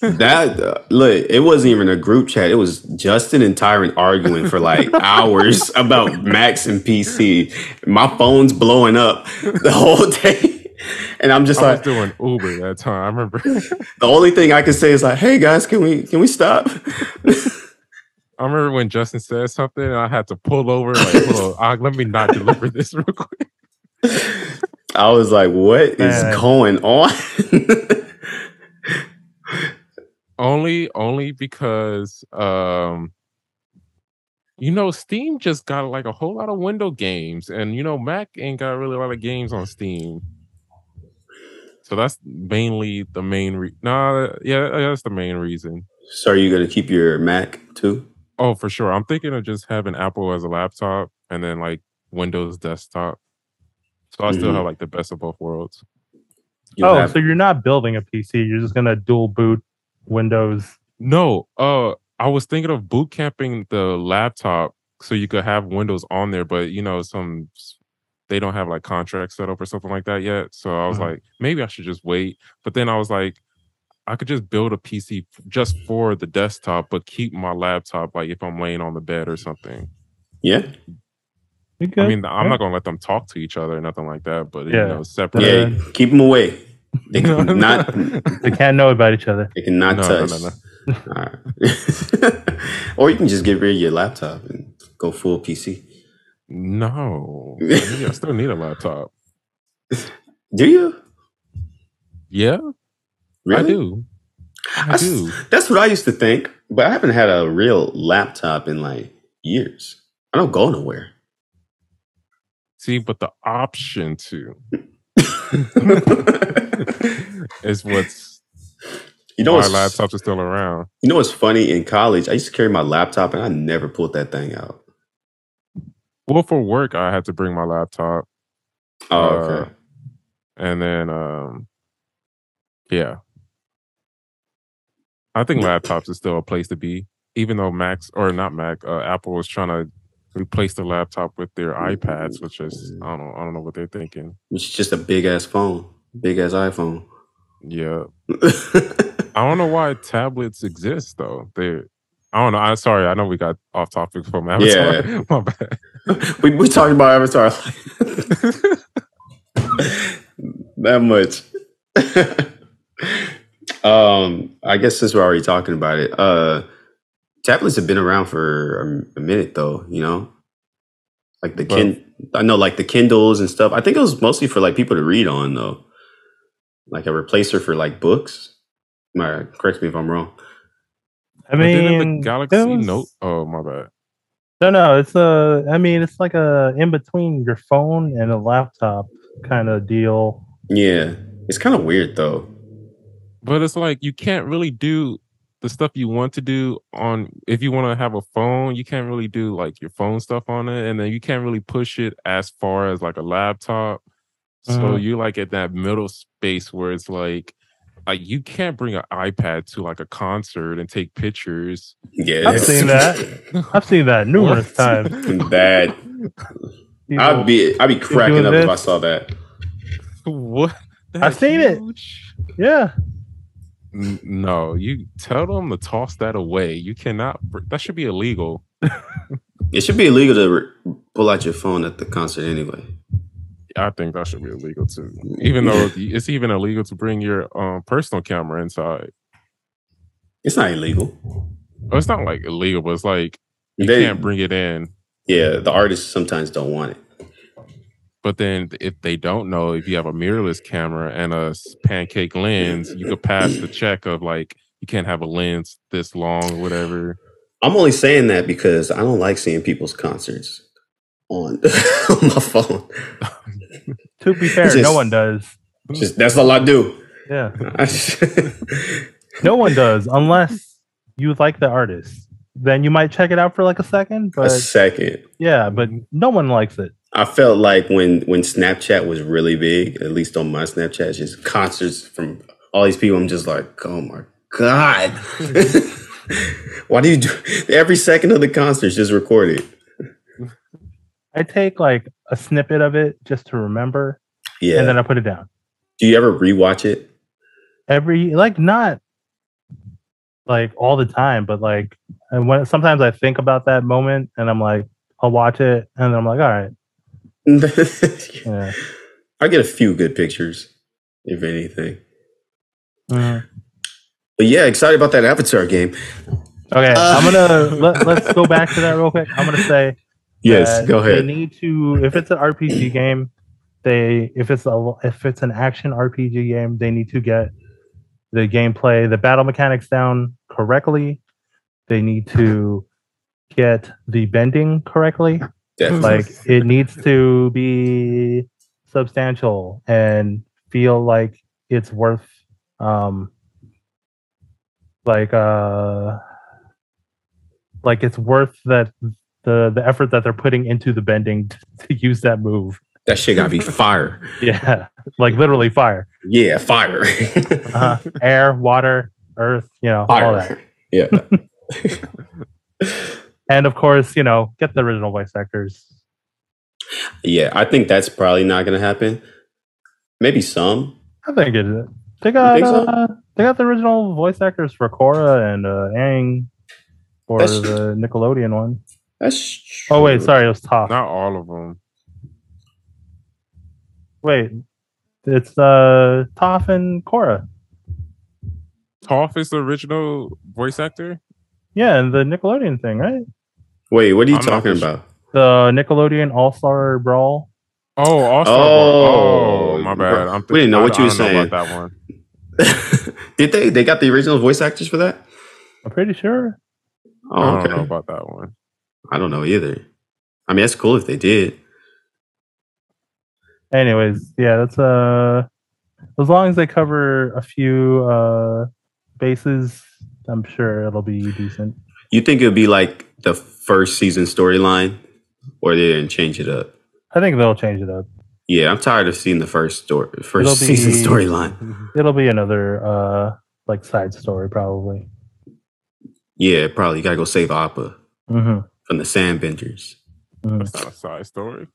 A: that uh, look, it wasn't even a group chat. It was Justin and Tyron arguing for like hours about Macs and PC. My phone's blowing up the whole day, and I'm just
C: I was
A: like,
C: doing Uber that time. I remember.
A: the only thing I can say is like, "Hey guys, can we can we stop?"
C: I remember when Justin said something, and I had to pull over. Like, hold on, I, let me not deliver this real quick.
A: I was like, "What is
B: Man.
A: going on?"
C: Only, only because, um, you know, Steam just got like a whole lot of window games, and you know, Mac ain't got really a lot of games on Steam. So that's mainly the main. Re- nah, yeah, that's the main reason.
A: so, are you gonna keep your Mac too?
C: Oh, for sure. I'm thinking of just having Apple as a laptop, and then like Windows desktop. So I still
A: Mhm.
C: have like the best of both worlds.
A: You'll
B: oh,
A: have-
B: so you're not building a PC. You're just gonna dual boot Windows.
C: No, uh, I was thinking of boot camping the laptop so you could have Windows on there, but you know, some s- they don't have like contracts set up or something like that yet. So I was
B: Mhm.
C: like, maybe I should just wait. But then I was like, I could just build a PC f- just for the desktop, but keep my laptop like if I'm laying on the bed or something.
A: yeah,
B: You good?
C: I mean, I'm
B: yeah.
C: not gonna let them talk to each other or nothing like that, but
B: Yeah.
C: you know,
B: Uh,
C: separate.
A: yeah. Keep them away. They can not.
B: they can't know about each other.
A: They cannot
C: No, no,
A: touch.
C: no, no.
A: All right. or you can just get rid of your laptop and go full PC.
C: No, I need- I still need a laptop.
A: Do you
C: Yeah,
A: really?
C: I do. I
A: s-
C: do.
A: That's what I used to think, but I haven't had a real laptop in like years. I don't go nowhere.
C: See, but the option to
A: you
C: is what's
A: know
C: why
A: what's
C: laptops are still around.
A: You know what's funny? In college, I used to carry my laptop and I never pulled that thing out.
C: Well, for work, I had to bring my laptop,
A: Oh,
C: Uh,
A: okay.
C: and then um, yeah, I think laptops is still a place to be, even though Macs or not Mac, uh, Apple is trying to replace the laptop with their iPads, which is I don't know, I don't know what they're thinking.
A: It's just a big ass phone, big ass iPhone.
C: Yeah, I don't know why tablets exist though. They, I don't know. I sorry, I know we got off topic from Avatar. My bad.
A: we we talking about Avatar that much. um, I guess since we're already talking about it, uh, tablets have been around for a m- a minute though. You know, like the
C: But-
A: kin, I know like the Kindles and stuff. I think it was mostly for like people to read on though, like a replacer for like books. My correct me if I'm wrong.
B: I
C: But
B: mean,
C: didn't the Galaxy
B: there was-
C: Note. Oh my bad.
B: No, no, it's a. I mean, it's like a in between your phone and a laptop kind of deal.
A: Yeah, it's kind of weird though.
C: But it's like you can't really do the stuff you want to do on if you want to have a phone you can't really do like your phone stuff on it and then you can't really push it as far as like a laptop so
B: Mhm.
C: you like at that middle space where it's like like you can't bring an ipad to like a concert and take pictures
A: Yeah,
B: I've seen I've seen that numerous
C: What?
B: times.
A: Bad. I'd
B: People-
A: be I'd be cracking up if I
B: this?
A: saw that.
C: what
B: I've seen it.
C: it
B: yeah,
C: no you tell them to toss that away you cannot br- that should be illegal
A: It should be illegal to re- pull out your phone at the concert anyway.
C: i think that should be illegal too even though it's even illegal to bring your um, personal camera inside
A: it's not illegal.
C: Oh, it's not like illegal, but it's like you
A: They-
C: can't bring it in.
A: yeah, the artists sometimes don't want it.
C: But then if they don't know, if you have a mirrorless camera and a s- pancake lens, you could pass the check of like you can't have a lens this long, whatever.
A: I'm only saying that because I don't like seeing people's concerts on on my phone.
B: to be fair,
A: Just-
B: no one does.
A: Just that's all I do.
B: Yeah,
A: I just-
B: no one does unless you like the artist. Then you might check it out for like a second,
A: a
B: but
A: second.
B: yeah, but no one likes it.
A: I felt like when when Snapchat was really big, at least on my Snapchat, just concerts from all these people. I'm just like, oh my god, why do you do every second of the concerts just recorded?
B: I take like a snippet of it just to remember,
A: Yeah.
B: and then I put it down.
A: do you ever rewatch it?
B: Every like not like all the time, but like and when sometimes I think about that moment, and I'm like, I'll watch it, and then I'm like, all right, yeah.
A: I get a few good pictures, if anything.
B: Mhm.
A: But yeah, excited about that Avatar game.
B: Okay,
A: Uh.
B: I'm gonna let, let's go back to that real quick. I'm gonna say that They need to if it's an RPG game, they if it's a if it's an action RPG game, they need to get the gameplay, the battle mechanics down correctly. They need to get the bending correctly.
A: Definitely.
B: Like it needs to be substantial and feel like it's worth um like uh like it's worth that the the effort that they're putting into the bending t- to use that move.
A: that shit gotta be fire.
B: Yeah. Like literally fire.
A: Yeah, fire.
B: Uh, air, water, earth, you know, all that.
A: fire. Yeah.
B: And of course, you know, get the original voice actors.
A: yeah, I think that's probably not gonna happen. Maybe some.
B: I think it is. They got
A: think so?
B: uh, they got the original voice actors for Korra and uh, Aang for
A: That's-
B: the Nickelodeon one.
A: That's
B: Oh wait,
A: true.
B: sorry, it was Toph.
C: Not all of them.
B: Wait, it's uh Toph and Korra.
C: Toph is the original voice actor.
B: Yeah, and the Nickelodeon thing, right?
A: Wait, what are you
C: I'm not
A: talking
C: for sure.
A: about?
B: The Nickelodeon All Star Brawl.
C: Oh, also.
A: Oh,
C: Oh, my bad. I'm
A: we didn't know
C: I-
A: what you
C: I
A: were
C: don't know
A: saying.
C: about that one.
A: Did they? They got the original voice actors for that?
B: I'm pretty sure.
A: Oh,
C: I
A: okay.
C: don't know about that one.
A: I don't know either. I mean, that's cool if they did.
B: Anyways, yeah, that's uh as long as they cover a few uh bases, I'm sure it'll be decent.
A: You think it'd be like the first season storyline, or they didn't change it up?
B: I think they'll change it up.
A: Yeah, I'm tired of seeing the first story, 1st
B: It'll be-
A: season storyline.
B: It'll be another uh like side story probably.
A: Yeah, probably you gotta go save Appa
B: hmm
A: from the Sandbenders.
B: mm-hmm.
C: That's not a side story.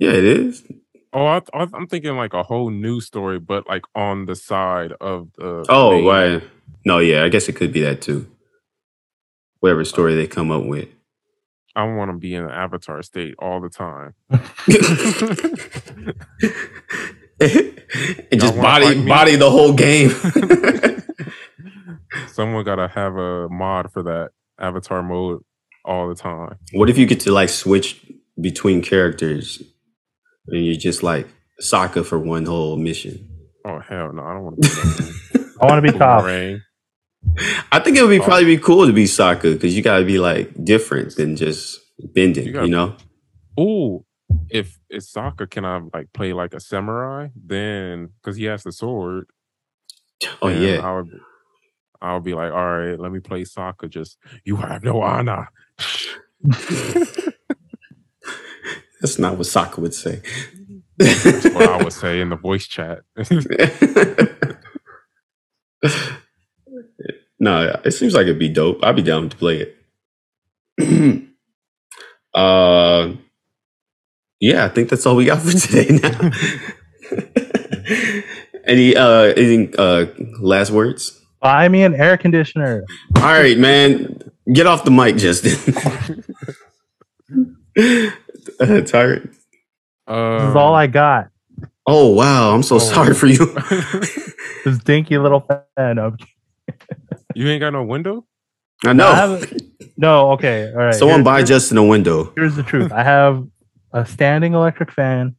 A: Yeah, it is.
C: Oh, I, I, I'm thinking like a whole new story, but like on the side of the.
A: Oh,
C: main-
A: right. No, yeah, I guess it could be that too. Whatever story they come up with.
C: I want to be in an avatar state all the time.
A: and just
C: wanna
A: body
C: fight me?
A: body the whole game.
C: Someone gotta have a mod for that avatar mode all the time.
A: what if you get to like switch between characters and you're just like Sokka for one whole mission?
C: Oh hell no, I don't want to be that
B: I want to be top.
C: Boomerang.
A: I think it would be
C: Oh.
A: probably be cool to be Sokka because you gotta be like different than just bending,
C: You
A: you,
C: gotta-
A: know?
C: Ooh, if it's soccer, can I like play like a samurai? Then because he has the sword.
A: Oh
C: then
A: yeah.
C: I would. I'll be like, all right, let me play soccer. Just you have no honor.
A: That's not what Sokka would say.
C: That's what I would say in the voice chat.
A: no, it seems like it'd be dope. I'd be down to play it. uh, yeah, I think that's all we got for today. Now, any uh, any uh, last words?
B: Buy me an air conditioner.
A: All right, man, get off the mic, Justin. uh, tired.
B: This is
C: Um, Uh,
B: all I got.
A: Oh wow, I'm so
C: Oh.
A: sorry for you.
B: This dinky little fan. Up.
C: you ain't got no window?
A: I
B: I
A: know.
B: have- No, okay, all right.
A: Someone
B: here's-
A: buy Justin a window.
B: here's the truth. I have a standing electric fan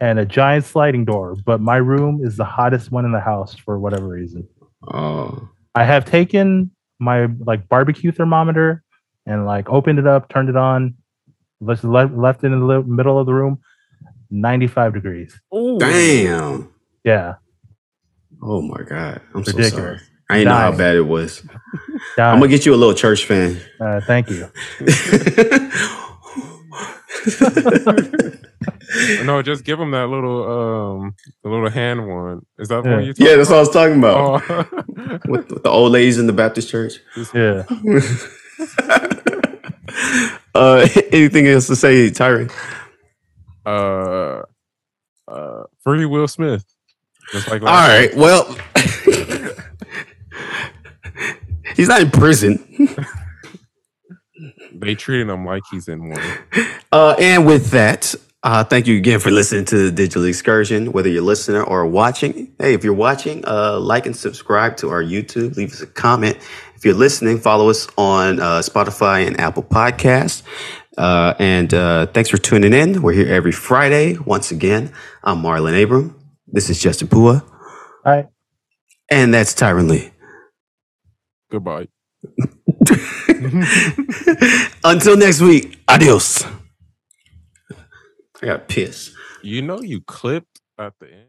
B: and a giant sliding door, but my room is the hottest one in the house for whatever reason.
A: Oh,
B: I have taken my like barbecue thermometer and like opened it up, turned it on, left left, left it in the li- middle of the room, 95 degrees.
C: Ooh.
A: damn.
B: Yeah,
A: Oh my god, I'm so sorry.
B: Ridiculous.
A: I didn't know how
B: Dying.
A: bad it was. I'm
B: down.
A: gonna get you a little church fan.
B: uh, thank you.
C: No, just give him that little um the little hand one. Is that
B: Yeah.
C: what you're talking
A: yeah, that's what I was talking about.
C: about? Oh.
A: With, with the old ladies in the Baptist church.
B: Yeah.
A: uh, anything else to say, Tyree?
C: uh, uh, free Will Smith. Just like
A: All right. Well, he's not in prison.
C: they treating him like he's in one.
A: Uh, and with that, uh, thank you again for listening to the Digital Excursion. Whether you're listening or watching, hey, if you're watching, uh, like and subscribe to our YouTube. Leave us a comment. If you're listening, follow us on uh, Spotify and Apple Podcasts. Uh, and uh, thanks for tuning in. We're here every Friday. Once again, I'm Marlon Abram. This is Justin Pua.
B: Hi.
A: And that's Tyron Lee.
C: Goodbye.
A: Until next week, adios. I got pissed.
C: You know you clipped at the end.